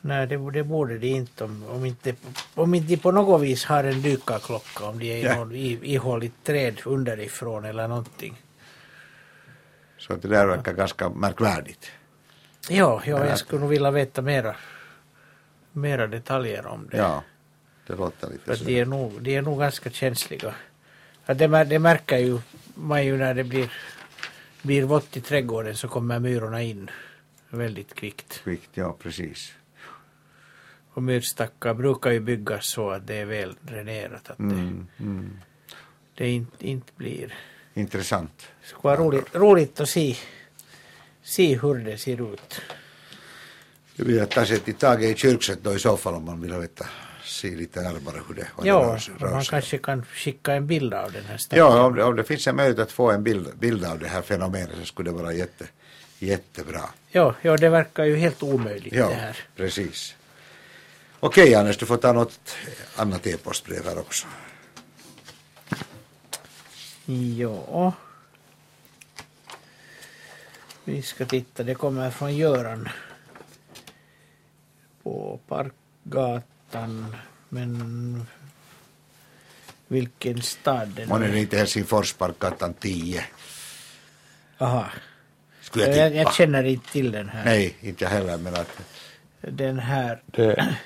D: Nej, det, det borde de inte om, om inte om inte de på något vis har en dykarklocka om de är i
B: Ja.
D: någon i- ihåligt träd underifrån eller någonting.
B: Så att det där verkar ganska märkvärdigt.
D: Ja, ja
B: Ja.
D: jag skulle nog vilja veta mera, mera detaljer om det.
B: Ja, det låter
D: För
B: lite
D: att de är nog, de är nog ganska känsliga. Att det, mär- det märker ju man ju när det blir, blir vått i trädgården så kommer myrorna in väldigt kvickt.
B: kvickt. Ja, precis.
D: Och myrstackar brukar ju byggas så att det är väl dränerat. Att
B: Mm, mm.
D: det inte, inte blir.
B: Intressant.
D: Det skulle vara roligt, roligt att se, se hur det ser ut.
B: Det blir att ta sig till Tage i kyrkset då i så fall om man vill veta, se lite närmare hur det, vad det
D: Ja,
B: rör sig-
D: och
B: rör
D: man
B: sig.
D: kanske kan skicka en bild av den här stacken.
B: Ja, om det, om det finns en möjlighet att få en bild, bild av det här fenomenet så skulle det vara jätte, jättebra.
D: Ja, ja, det verkar ju helt omöjligt
B: Ja,
D: det här.
B: precis. Okej Anders, du får ta något annat e-postbrev här också.
D: Ja. Vi ska titta, det kommer från Göran. På Parkgatan, men vilken stad den
B: Man är inte Helsingfors parkgatan 10.
D: Aha. Eh,
B: Skulle jag
D: Jag,
B: tippa.
D: jag, känner inte till den här.
B: Nej, inte jag heller men att
D: Den här.
C: Det,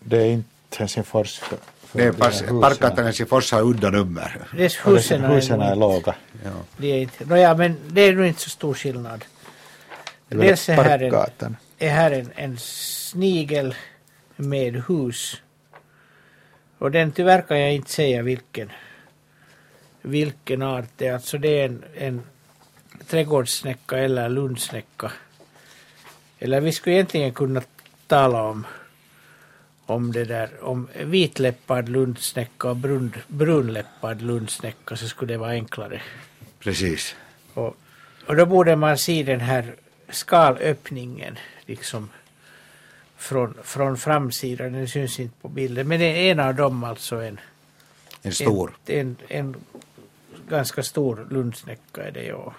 C: det är inte Helsingfors. För, för
B: det är
C: de
B: pass,
C: här husen.
B: parkgatan Helsingfors har udda nummer.
D: Det är husen är
C: Husen är
D: nog-
C: låga.
B: Ja.
D: Det är inte, nåja, men det är nog inte så stor skillnad.
C: Det är väl
D: Dels är här, en,
C: Parkgatan.
D: är här en, en snigel med hus. Och den tyvärr kan jag inte säga vilken, vilken art det är. Alltså det är en, en trädgårdssnäcka eller lundsnäcka. Eller vi skulle egentligen kunna tala om, om det där, om vitläppad lundsnäcka och brun, brunläppad lundsnäcka så skulle det vara enklare.
B: Precis.
D: Och, och då borde man se den här skalöppningen liksom från, från framsidan, den syns inte på bilden, men det är en av dem alltså en
B: En stor.
D: En, en, en ganska stor lundsnäcka är det ja.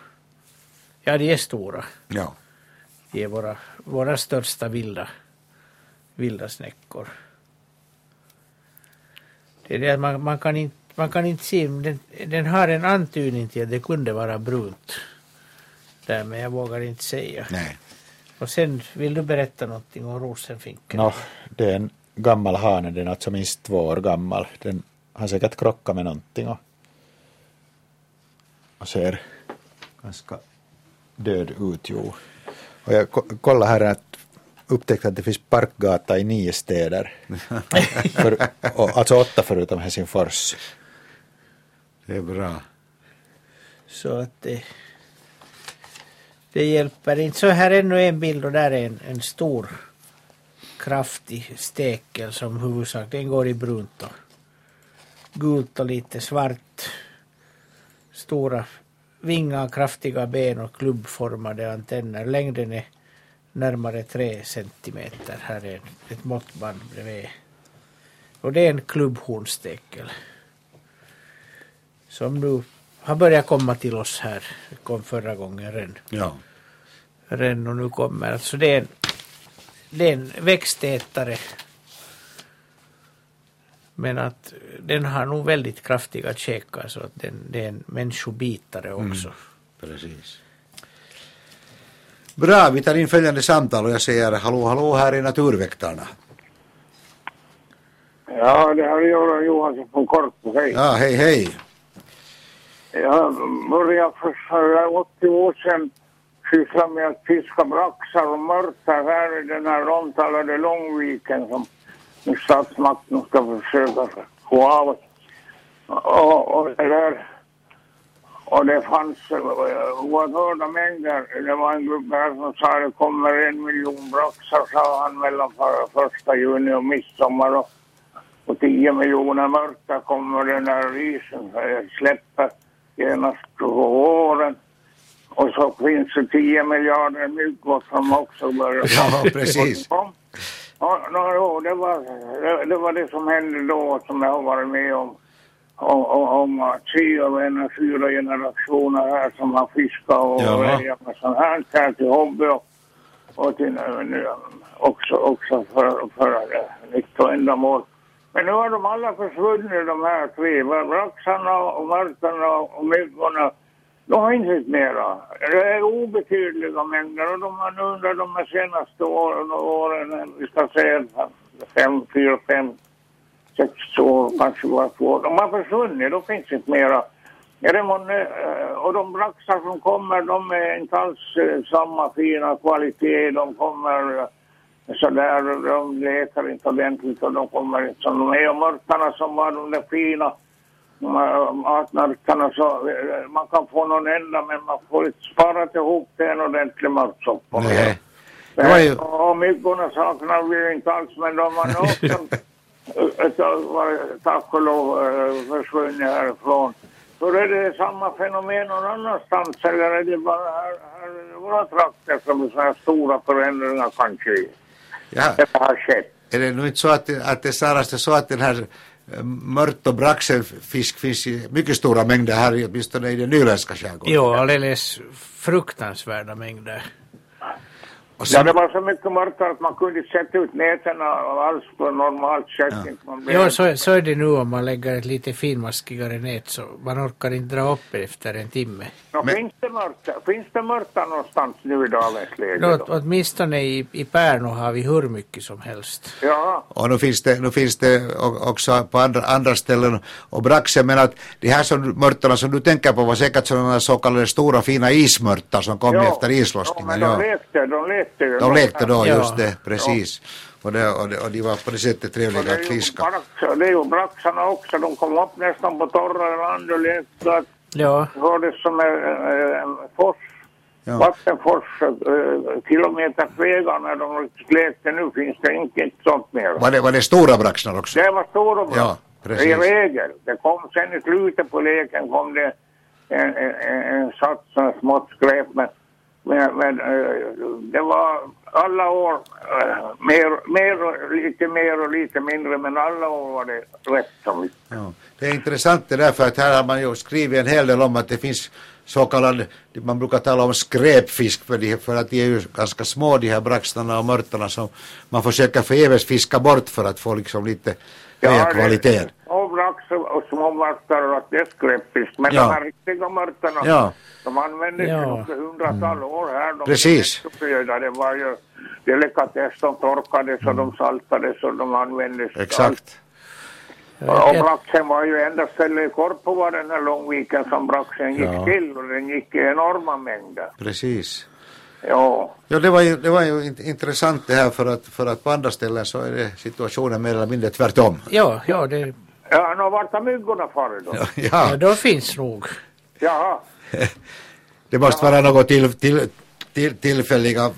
D: Ja, de är stora.
B: Ja.
D: De är våra, våra största vilda, vilda snäckor. Det är det att man, man, kan inte, man kan inte se, men den, den har en antydning till att det kunde vara brunt. Där, men jag vågar inte säga.
B: Nej.
D: Och sen vill du berätta någonting om rosenfinken?
C: Nå, det är en gammal hane, den är alltså minst två år gammal. Den har säkert krockat med någonting och, och ser ganska död ut. Jo. Och jag ko- kollar här att upptäckte att det finns parkgata i nio
B: (laughs)
C: städer. För, och, alltså åtta förutom Helsingfors.
B: Det är bra.
D: Så att det, det hjälper inte. Så här är ännu en bild och där är en, en stor kraftig stekel som huvudsakligen går i brunt och gult och lite svart. Stora vingar, kraftiga ben och klubbformade antenner. Längden är närmare tre centimeter. Här är ett måttband bredvid. Och det är en klubbhornstekel. Som nu har börjat komma till oss här. Kom förra gången redan.
B: Ja.
D: Redan och nu kommer. Alltså det är en, det är en växtätare. Men att den har nog väldigt kraftiga käkar så att den, det är en människobitare också.
B: Mm. Precis. Bra, vi tar in följande samtal och jag säger hallå hallå här är naturväktarna.
M: Ja, det här är Göran Johansson från Korpo. Hej.
B: Ja, hej hej.
M: Jag började för sådär 80 år sedan syssla med att fiska braxar och mörtar här i den här omtalade Långviken som nu statsmakten ska försöka få av. Och, och det där och det fanns eh, oerhörda mängder. Det var en grupp här som sa det kommer en miljon braxar, sa han, mellan för- första juni och midsommar. Och, och 10 miljoner mörka kommer den här risen så jag släpper genast på åren. Och så finns det 10 miljarder myggor som också börjar
B: Ja, precis.
M: Ja, ja, ja, det, var, det, det var det som hände då som jag har varit med om. Om, om, om tre av ena fyra generationer här som har fiskat och
B: Jaha.
M: rejat med sånt här, här till hobby och, och till, eh, nu, också, också för, för eh, nyttoändamål. Men nu har de alla försvunnit de här tre. Braxarna och mörtarna och myggorna. De har inte sett mera. Det är obetydliga mängder och de har nu under de här senaste åren, åren eh, vi ska säga fem, fyra, fem, sex år, kanske bara två år. De har försvunnit, de finns inte mera. Är det månne, eh, och de braxar som kommer, de är inte alls eh, samma fina kvalitet. De kommer eh, sådär, de leker inte ordentligt och de kommer inte som de är. Och mörkarna som var de där fina de här matmörkarna så eh, man kan få någon enda men man får inte spara ihop till en ordentlig mörksoppa.
B: Nej.
M: Det
B: var ju-
M: Och myggorna saknar vi inte alls men de har nog också,
B: (laughs)
M: eh, så var det tack och lov eh, försvunnit härifrån. Så är det samma fenomen någon annanstans eller är det bara här, här i våra trakter som är så här stora förändringar kanske?
B: Ja.
M: Det har skett.
B: Är det nu inte så att, att det snarast är så att den här eh, mört och braxelfisk finns i mycket stora mängder här i- åtminstone i den nyländska skärgården?
D: Jo, alldeles fruktansvärda mängder.
M: Ja, det var så mycket mörker att man kunde inte sätta ut nätterna alls på normalt sätt. Inte Man blev-
D: Jo, så, så är det nu om man lägger ett lite finmaskigare nät så man orkar inte dra upp efter en timme.
M: Nå, Finns det mörker- finns det mörker någonstans nu i dagens läge?
D: Nå,
M: då?
D: åtminstone i, i Pärnu har vi hur mycket som helst.
M: Ja.
B: Och nu Oh, no finns det, nu finns det o- också på andra, andra ställen och braxen men att de här som, mörtarna som du tänker på var säkert sådana så kallade stora fina ismörtar som kom efter islossningen.
M: Men de lekte, de lekte ju.
B: De lekte då,
M: Ja.
B: just det, precis. Och, det, och, det, och de var på det sättet trevliga att fiska.
M: Brax- Det är ju braxarna också, de kom upp nästan på torra land och lekte. att-
D: Ja.
M: Det hördes som en, en, en fors.
B: Ja.
M: Vattenfors, eh, kilometers vägar när de lekte. Nu finns det inte, inte sånt mer.
B: Var det, var det stora braxnar också?
M: Det var stora brott.
B: Ja,
M: I
B: precis.
M: regel. Det kom sen i slutet på leken kom det en, en, en- en sats som smått skräp. Men, men, men eh, det var alla år eh, mer, mer, och- lite mer och lite mindre. Men alla år var det rätt så mycket.
B: Ja. Det är intressant det där för att här har man ju skrivit en hel del om att det finns så kallad, man brukar tala om skräpfisk för, de, för att de är ju ganska små de här braxarna och mörtarna som man försöker förgäves fiska bort för att få liksom lite
M: Ja,
B: höja
M: det-
B: kvalitet.
M: Och brax och och små mörtar och att det är skräpfisk. Men
B: Ja.
M: de här riktiga mörtarna,
B: Ja.
M: de användes
B: Ja.
M: ja. i hundratal år här. De
B: Precis.
M: växtföda, Det var ju delikatess, de torkades och de saltades och de användes.
B: Mm. Exakt.
M: Och braxen var ju enda stället i Korpo var den här långviken som braxen gick
B: Ja.
M: till och den gick i enorma mängder.
B: Precis.
M: Ja.
B: Ja, det var ju, det var ju int- intressant det här för att, för att på andra ställen så är det situationen mer eller mindre tvärtom. (laughs)
D: Ja, ja, det,
M: Ja, nå vart har myggorna farit då?
B: Ja,
D: ja, de finns nog.
M: Jaha.
B: det måste vara något till, till, till, tillfälliga,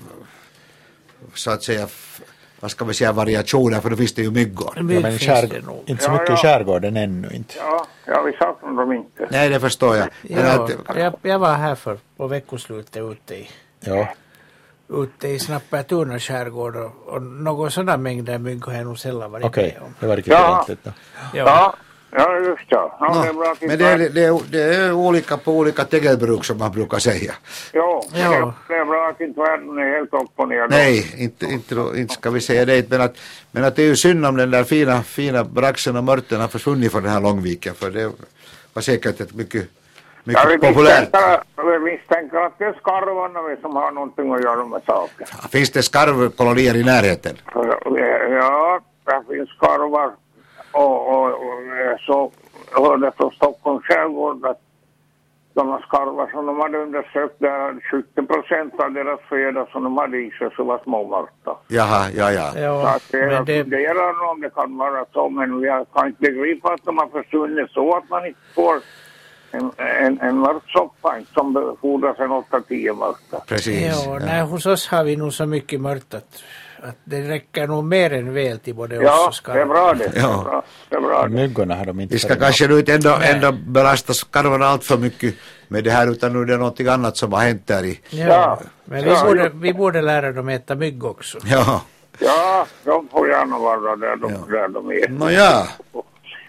B: så att säga, f- vad ska vi säga, variationer, för då finns det ju myggor.
C: Ja, men i skärgården, inte så
M: Ja,
C: mycket i
M: ja.
C: skärgården ännu inte.
M: Ja, ja vi saknar dem inte.
B: Nej, det förstår jag. Men
D: Ja,
B: att,
D: jag, jag var här för på veckoslutet ute i,
C: Ja.
D: ute i Snappertuna skärgård och, och någon sån mängd där mygg har jag nog sällan varit
C: Okej,
D: med om.
C: det var riktigt
D: Ja.
C: ordentligt då.
M: Ja, ja just ja. ja
B: Nå,
M: det är bra att vi
B: men det är, det, är, det är olika på olika tegelbruk som man brukar säga.
M: Jo, men det- det är bra att inte världen är helt upp och ner. då.
B: Nej, inte, inte, då- inte ska vi säga det. Men att, men att det är ju synd om den där fina, fina braxen och mörten har försvunnit från den här Långviken. För det var säkert ett mycket, mycket
M: Ja, vi
B: populärt.
M: misstänker, vi misstänker att det är skarvarna vi som har någonting att göra med saken.
B: Finns det skarvkolonier i närheten?
M: För, eh, Ja, det finns skarvar och, och, och eh, så hörde jag från Stockholms skärgård att de skarvar som de hade undersökt där, 70 procent av deras fjädrar som de hade i sig så var småmarta.
B: Jaha, ja, ja.
M: Så att eh, det, jag funderar nog om det kan vara så, men jag kan inte begripa att de har försvunnit så att man inte får en, en, en mörk soppbank som befordras en 8-10 mörka.
B: Precis.
D: Ja, nej, hos oss har vi nog så mycket mört att, att det räcker nog mer än väl till både oss
M: Ja,
D: och
M: det är
D: skarven.
M: bra det.
B: Ja.
M: det är bra, Det är bra det.
C: Myggorna har de inte
B: Vi ska
C: varit med
B: kanske nu inte ändå, ändå belasta skarvarna allt för mycket med det här utan nu är det någonting annat som har hänt där i.
D: Ja, men vi,
M: Ja,
D: borde,
M: ja.
D: vi borde lära dem äta mygg också.
B: Ja,
M: Ja, de får gärna vara där de, där de är.
B: nåja.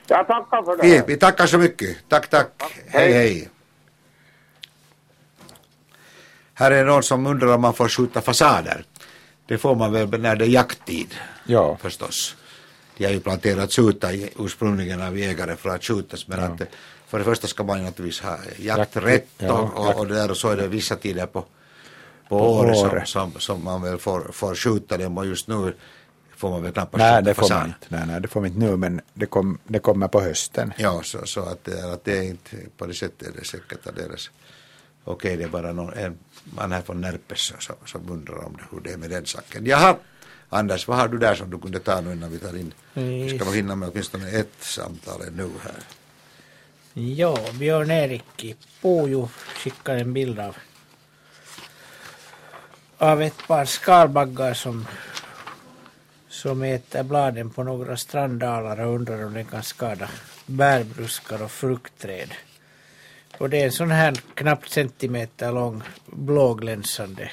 M: Jag tackar för det.
B: Vi,
M: här.
B: vi tackar så mycket. Tack, tack. Hej, hej. Här är någon som undrar om man får skjuta fasader. Det får man väl när det är jakttid
C: Ja.
B: förstås. De har ju planterats ut av- ursprungligen av jägare för att skjutas men att eh, för det första ska man ju naturligtvis ha jakträtt
C: ja,
B: och, och, och, där, och så är det vissa tider på, på,
C: På
B: året
C: året.
B: Som, som, som man väl får, får skjuta dem och just nu får man väl knappast
C: Nej,
B: skjuta
C: det får man
B: fasan.
C: inte. Nej, nej, det får man inte nu, men det, kom, det kommer på
B: (laughs)
C: hösten.
B: Ja, så, så att, det är- att det är inte på det sättet är det säkert att deras Okej, det är bara någon, niin en man här från Närpes som, som undrar om det, hur det är med den saken. Jaha, Anders, vad har du där som du kunde ta nu innan vi tar in? Vi ska nog hinna med åtminstone ett samtal nu här.
D: Ja, Björn-Erik i Pojo skickar en bild av, av ett par skalbaggar som, som äter bladen på några stranddalar och undrar om den kan skada bärbruskar och fruktträd. Och det är en sån här knappt centimeter lång blåglänsande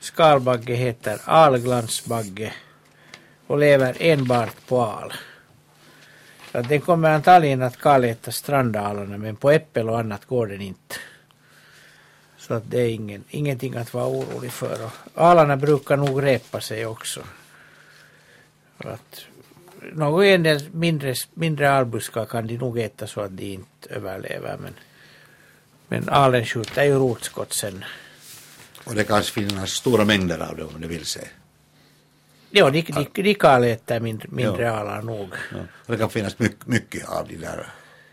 D: skalbagge heter alglansbagge och lever enbart på al. Så att den kommer antagligen att kalheta stranddalarna men på äppel och annat går den inte. Så att det är ingen, ingenting att vara orolig för. Och alarna brukar nog repa sig också. Och Att någon en del mindre, mindre albuskar kan de nog äta så att de inte överlever. Men, men alen skjuter ju rotskott sen.
B: Och det kan finnas stora mängder av det om du vill se.
D: Ja, de, de, de kalhetar mindre, mindre
B: Ja.
D: alar nog.
B: Och det kan finnas mycket, mycket av de där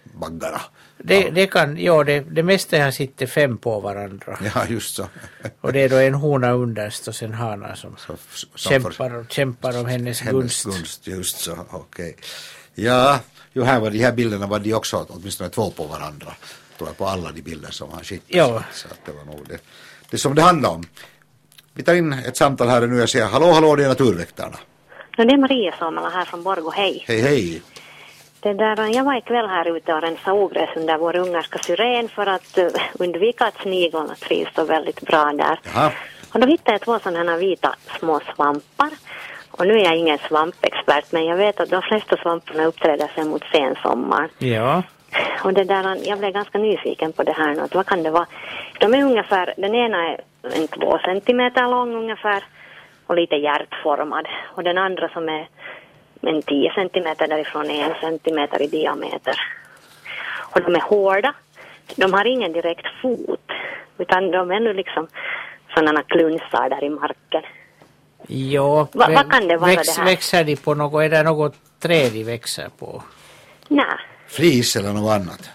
B: baggarna.
D: Det, det kan, ja, det, det mesta här sitter fem på
B: (laughs)
D: varandra.
B: Ja, just så.
D: (laughs) Och det är då en hona underst och sen hanar som,
B: som
D: kämpar, och, kämpar om hennes,
B: Hennes
D: gunst.
B: gunst, just så, okej. Ja, jo, här var de här bilderna var de också åtminstone två på varandra. Tror jag på alla de bilder som han skickade.
D: Ja.
B: Så att- Så att det var nog det, det som det handlade om. Vi tar in ett samtal här nu. Jag säger hallå, hallå, det är Naturväktarna.
N: No, det är Maria Suomela här från Borgå, hej.
B: Hej, hej.
N: Det där, jag var ikväll här ute och rensade ogräs under vår ungerska syren för att eh, undvika att sniglarna trivs så väldigt bra där.
B: Jaha.
F: Uh-huh.
N: Och då hittade jag två sådana här vita små svampar. Och nu är jag ingen svampexpert, men jag vet att de flesta svamparna uppträder sig mot sensommaren.
D: Ja.
N: Och det där, jag blev ganska nyfiken på det här nu, att vad kan det vara? De är ungefär, den ena är en två centimeter lång ungefär och lite hjärtformad. Och den andra som är en tio centimeter därifrån är en centimeter i diameter. Och de är hårda. De har ingen direkt fot, utan de är nu liksom sådana klunsar där i marken.
D: Ja,
N: Va-
D: vä-
N: vad kan det vara det här?
D: växer de på något, är det något träd de växer på?
N: Nej,
B: Flis eller något annat?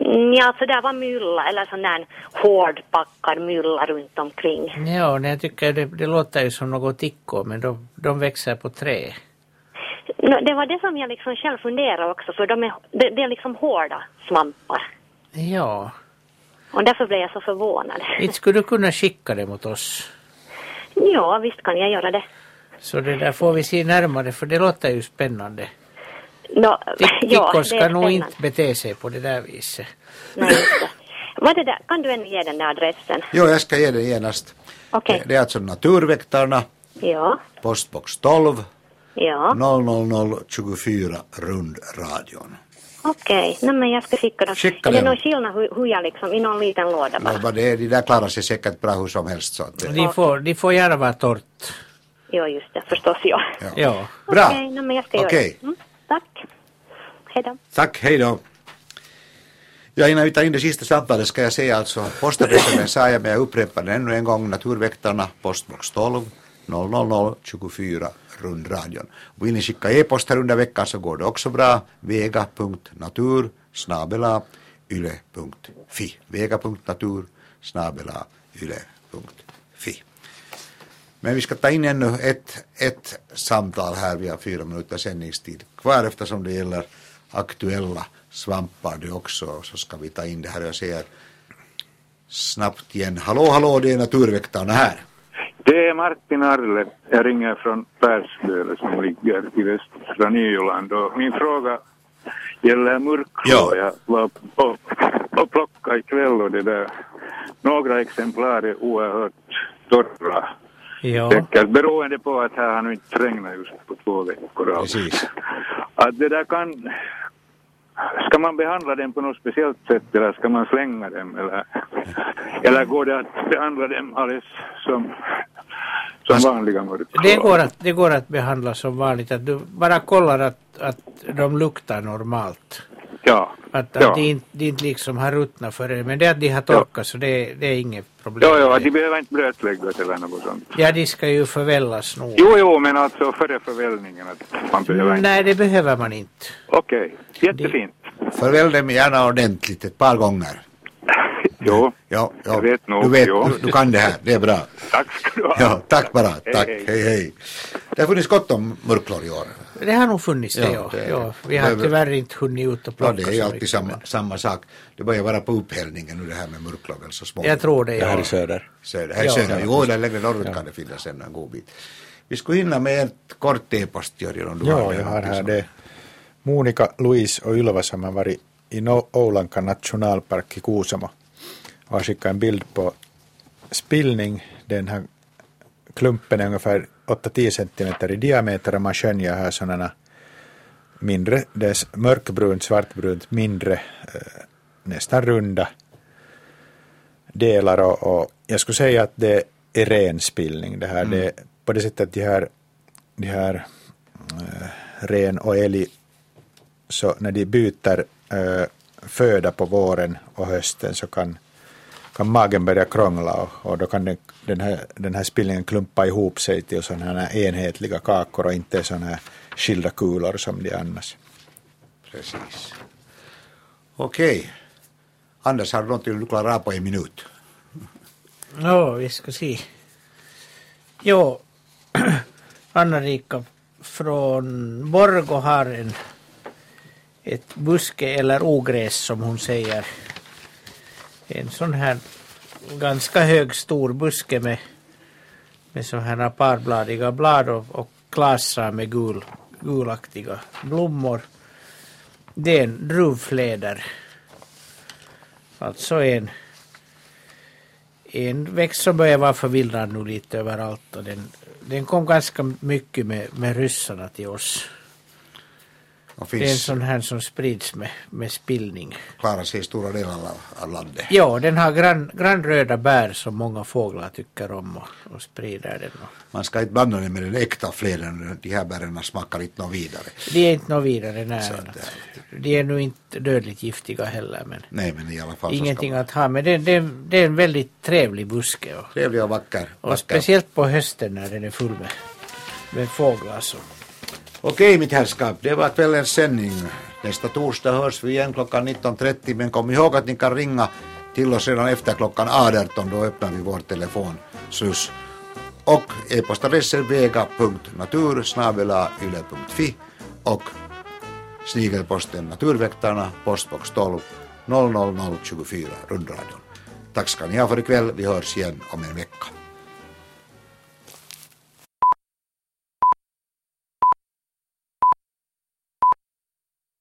N: Mm, Ja, alltså där var mylla eller sån där hårdpackad mylla runt omkring.
D: Ja, nej, jag tycker det, det låter ju som något tickor, men de, de växer på trä.
N: Nå, Det var det som jag liksom själv funderade också, för de är, det, det är liksom hårda svampar.
D: Ja,
N: Och därför blev jag så förvånad.
D: inte skulle du kunna skicka det mot oss.
N: (laughs) Ja, visst kan jag göra det.
D: Så det där får vi se närmare, för det låter ju spännande.
N: Nå,
D: Tick-
N: (laughs) ja, det
D: Tickor
N: är
D: ska nog
N: spännande.
D: inte bete sig på det där viset.
N: Vad är det där? Kan du ännu ge den där adressen?
B: Jo, jag ska ge dig genast.
N: Okej.
B: Det är alltså Naturväktarna,
N: Ja,
B: postbox 12,
N: ja.
B: 00024 rundradion.
N: Okej, nej men jag ska skicka dem.
B: Skicka
N: är det
B: dem.
N: någon skillnad hur, hur jag liksom, i någon liten låda bara?
B: Men vad det är, de där klarar sig säkert bra hur som helst. Så att det...
D: De får, de får gärna vara torrt.
N: Ja, just det, förstås ja.
D: Ja.
B: Bra.
N: Okej, nej men jag ska göra
B: Okej.
N: det. Mm, tack. Hej då.
B: Tack, hej då. Ja, innan vi tar in det sista samtalet ska jag säga alltså postadressen sa jag men jag upprepar den ännu en gång. Naturväktarna, postbox 12 00024 rundradion. Vill ni skicka e-post här under veckan så går det också bra. vega.natur snabela yle.fi vega.natur snabela yle.fi Men vi ska ta in ännu ett, ett samtal här. Vi har fyra minuter sändningstid kvar eftersom det gäller aktuella svampar det också. Så ska vi ta in det här. Jag ser snabbt igen. Hallå, hallå, det är naturväktarna här.
O: Det är Martin Arle. Jag ringer från Persböle som ligger i västra Nyland. Och min fråga gäller mörkblå. Jag var och, och plockade ikväll och det där. Några exemplar är oerhört torra.
D: Ja.
O: Säkert beroende på att här har nu inte regnat just på två veckor.
B: Precis.
O: (laughs) Att det där kan... Ska man behandla den på något speciellt sätt eller ska man slänga
D: (laughs)
O: dem? Eller, eller går det att behandla dem alldeles som, som vanliga mörkblå?
D: Det går, att, det går att behandla som vanligt, att du bara kollar att, att de luktar normalt.
O: Ja.
D: Att,
O: Ja.
D: att de, inte, de inte liksom har ruttnat för det, men det att de har torkat så det, det är inget problem.
O: Ja, ja, de behöver inte blötläggas eller något sånt.
D: Ja, de ska ju förvällas nog.
O: Jo, jo, men alltså före förvällningen att man behöver inte.
D: Nej, det behöver man inte.
O: Okej, jättefint.
B: Förväl dem gärna ordentligt ett par gånger.
O: Jo,
B: ja, ja.
O: jag vet nog,
B: Du, vet,
O: jo.
B: du, du kan det här, det är bra.
O: Tack ska du ha.
B: Ja, tack bara, tack.
D: hej.
B: Hej, hej. Det har funnits gott om mörklor i år.
D: Det har nog funnits det,
B: Ja,
D: ja.
B: det-
D: ja. Vi har
B: behöver-
D: tyvärr inte hunnit ut och
B: Ja,
D: plocka
B: det är ju alltid samma, samma sak. Det börjar vara på upphällningen nu det här med mörklor väl så småningom.
D: Jag tror det, ja. Det här i
C: söder.
B: söder. Här i
D: Ja.
B: söder. Jo, där längre norrut kan det finnas ännu en god bit. Vi skulle hinna med ett kort e-post, Jörgen, om du
C: Ja,
B: har
C: jag har
B: någonting
C: här
B: som-
C: det. Monika, Louise och Ylva som har varit i No- Oulankan nationalpark i Kuusamo och har skickat en bild på spillning. Den här klumpen är ungefär 8-10 centimeter i diameter och man skönjer här sådana mindre, det är s- mörkbrunt, svartbrunt, mindre, eh, nästan runda delar och, och jag skulle säga att det är ren spillning det här. Det är på det sättet att de här, de här eh, ren och älg, så när de byter eh, föda på våren och hösten så kan, kan magen börja krångla och, och då kan den, den, här, den här spillningen klumpa ihop sig till sådana här enhetliga kakor och inte sådana här skilda kulor som de annars.
B: Precis. Okej. Anders, har du någonting du klarar av på en minut?
D: Ja, vi ska se. Jo, (clears throat) Anna-Rika från Borgå har en, ett buske eller ogräs som hon säger. En sån här ganska hög stor buske med, med sån här parbbladiga blad och, och klasar med gul, gulaktiga blommor. Det är en druvfläder. Alltså en en växt som börjar vara förvildad nu lite överallt och den, den kom ganska mycket med, med ryssarna till oss.
B: Och
D: Det är en
B: finns,
D: sån här som sprids med, med spillning.
B: klarar sig i stora delar av, av landet.
D: Ja, den har grann, grannröda bär som många fåglar tycker om och, och sprider den.
B: Man ska inte blanda den med den äkta fläden, de här bären smakar inte något vidare.
D: Det är inte något vidare
B: Så
D: nära.
B: att, eh,
D: De är nog inte dödligt giftiga heller men
B: Nej, men i alla fall
D: ingenting
B: så
D: att ha. Men det, det, det är en väldigt trevlig buske. Och,
B: ska Trevlig och vacker.
D: och speciellt på hösten när den är full med, med fåglar. Så.
B: Okej, mitt herrskap, det var kvällens sändning. Nästa torsdag hörs vi igen klockan 19.30 men kom ihåg att ni kan ringa till oss redan efter klockan 18. Då öppnar vi vår telefonsluss. Och e-postadressen vega.natur.yle.fi och snigelposten Naturväktarna, postbox 12 00024 Rundradion. Tack ska ni ha för ikväll. Vi hörs igen om en vecka.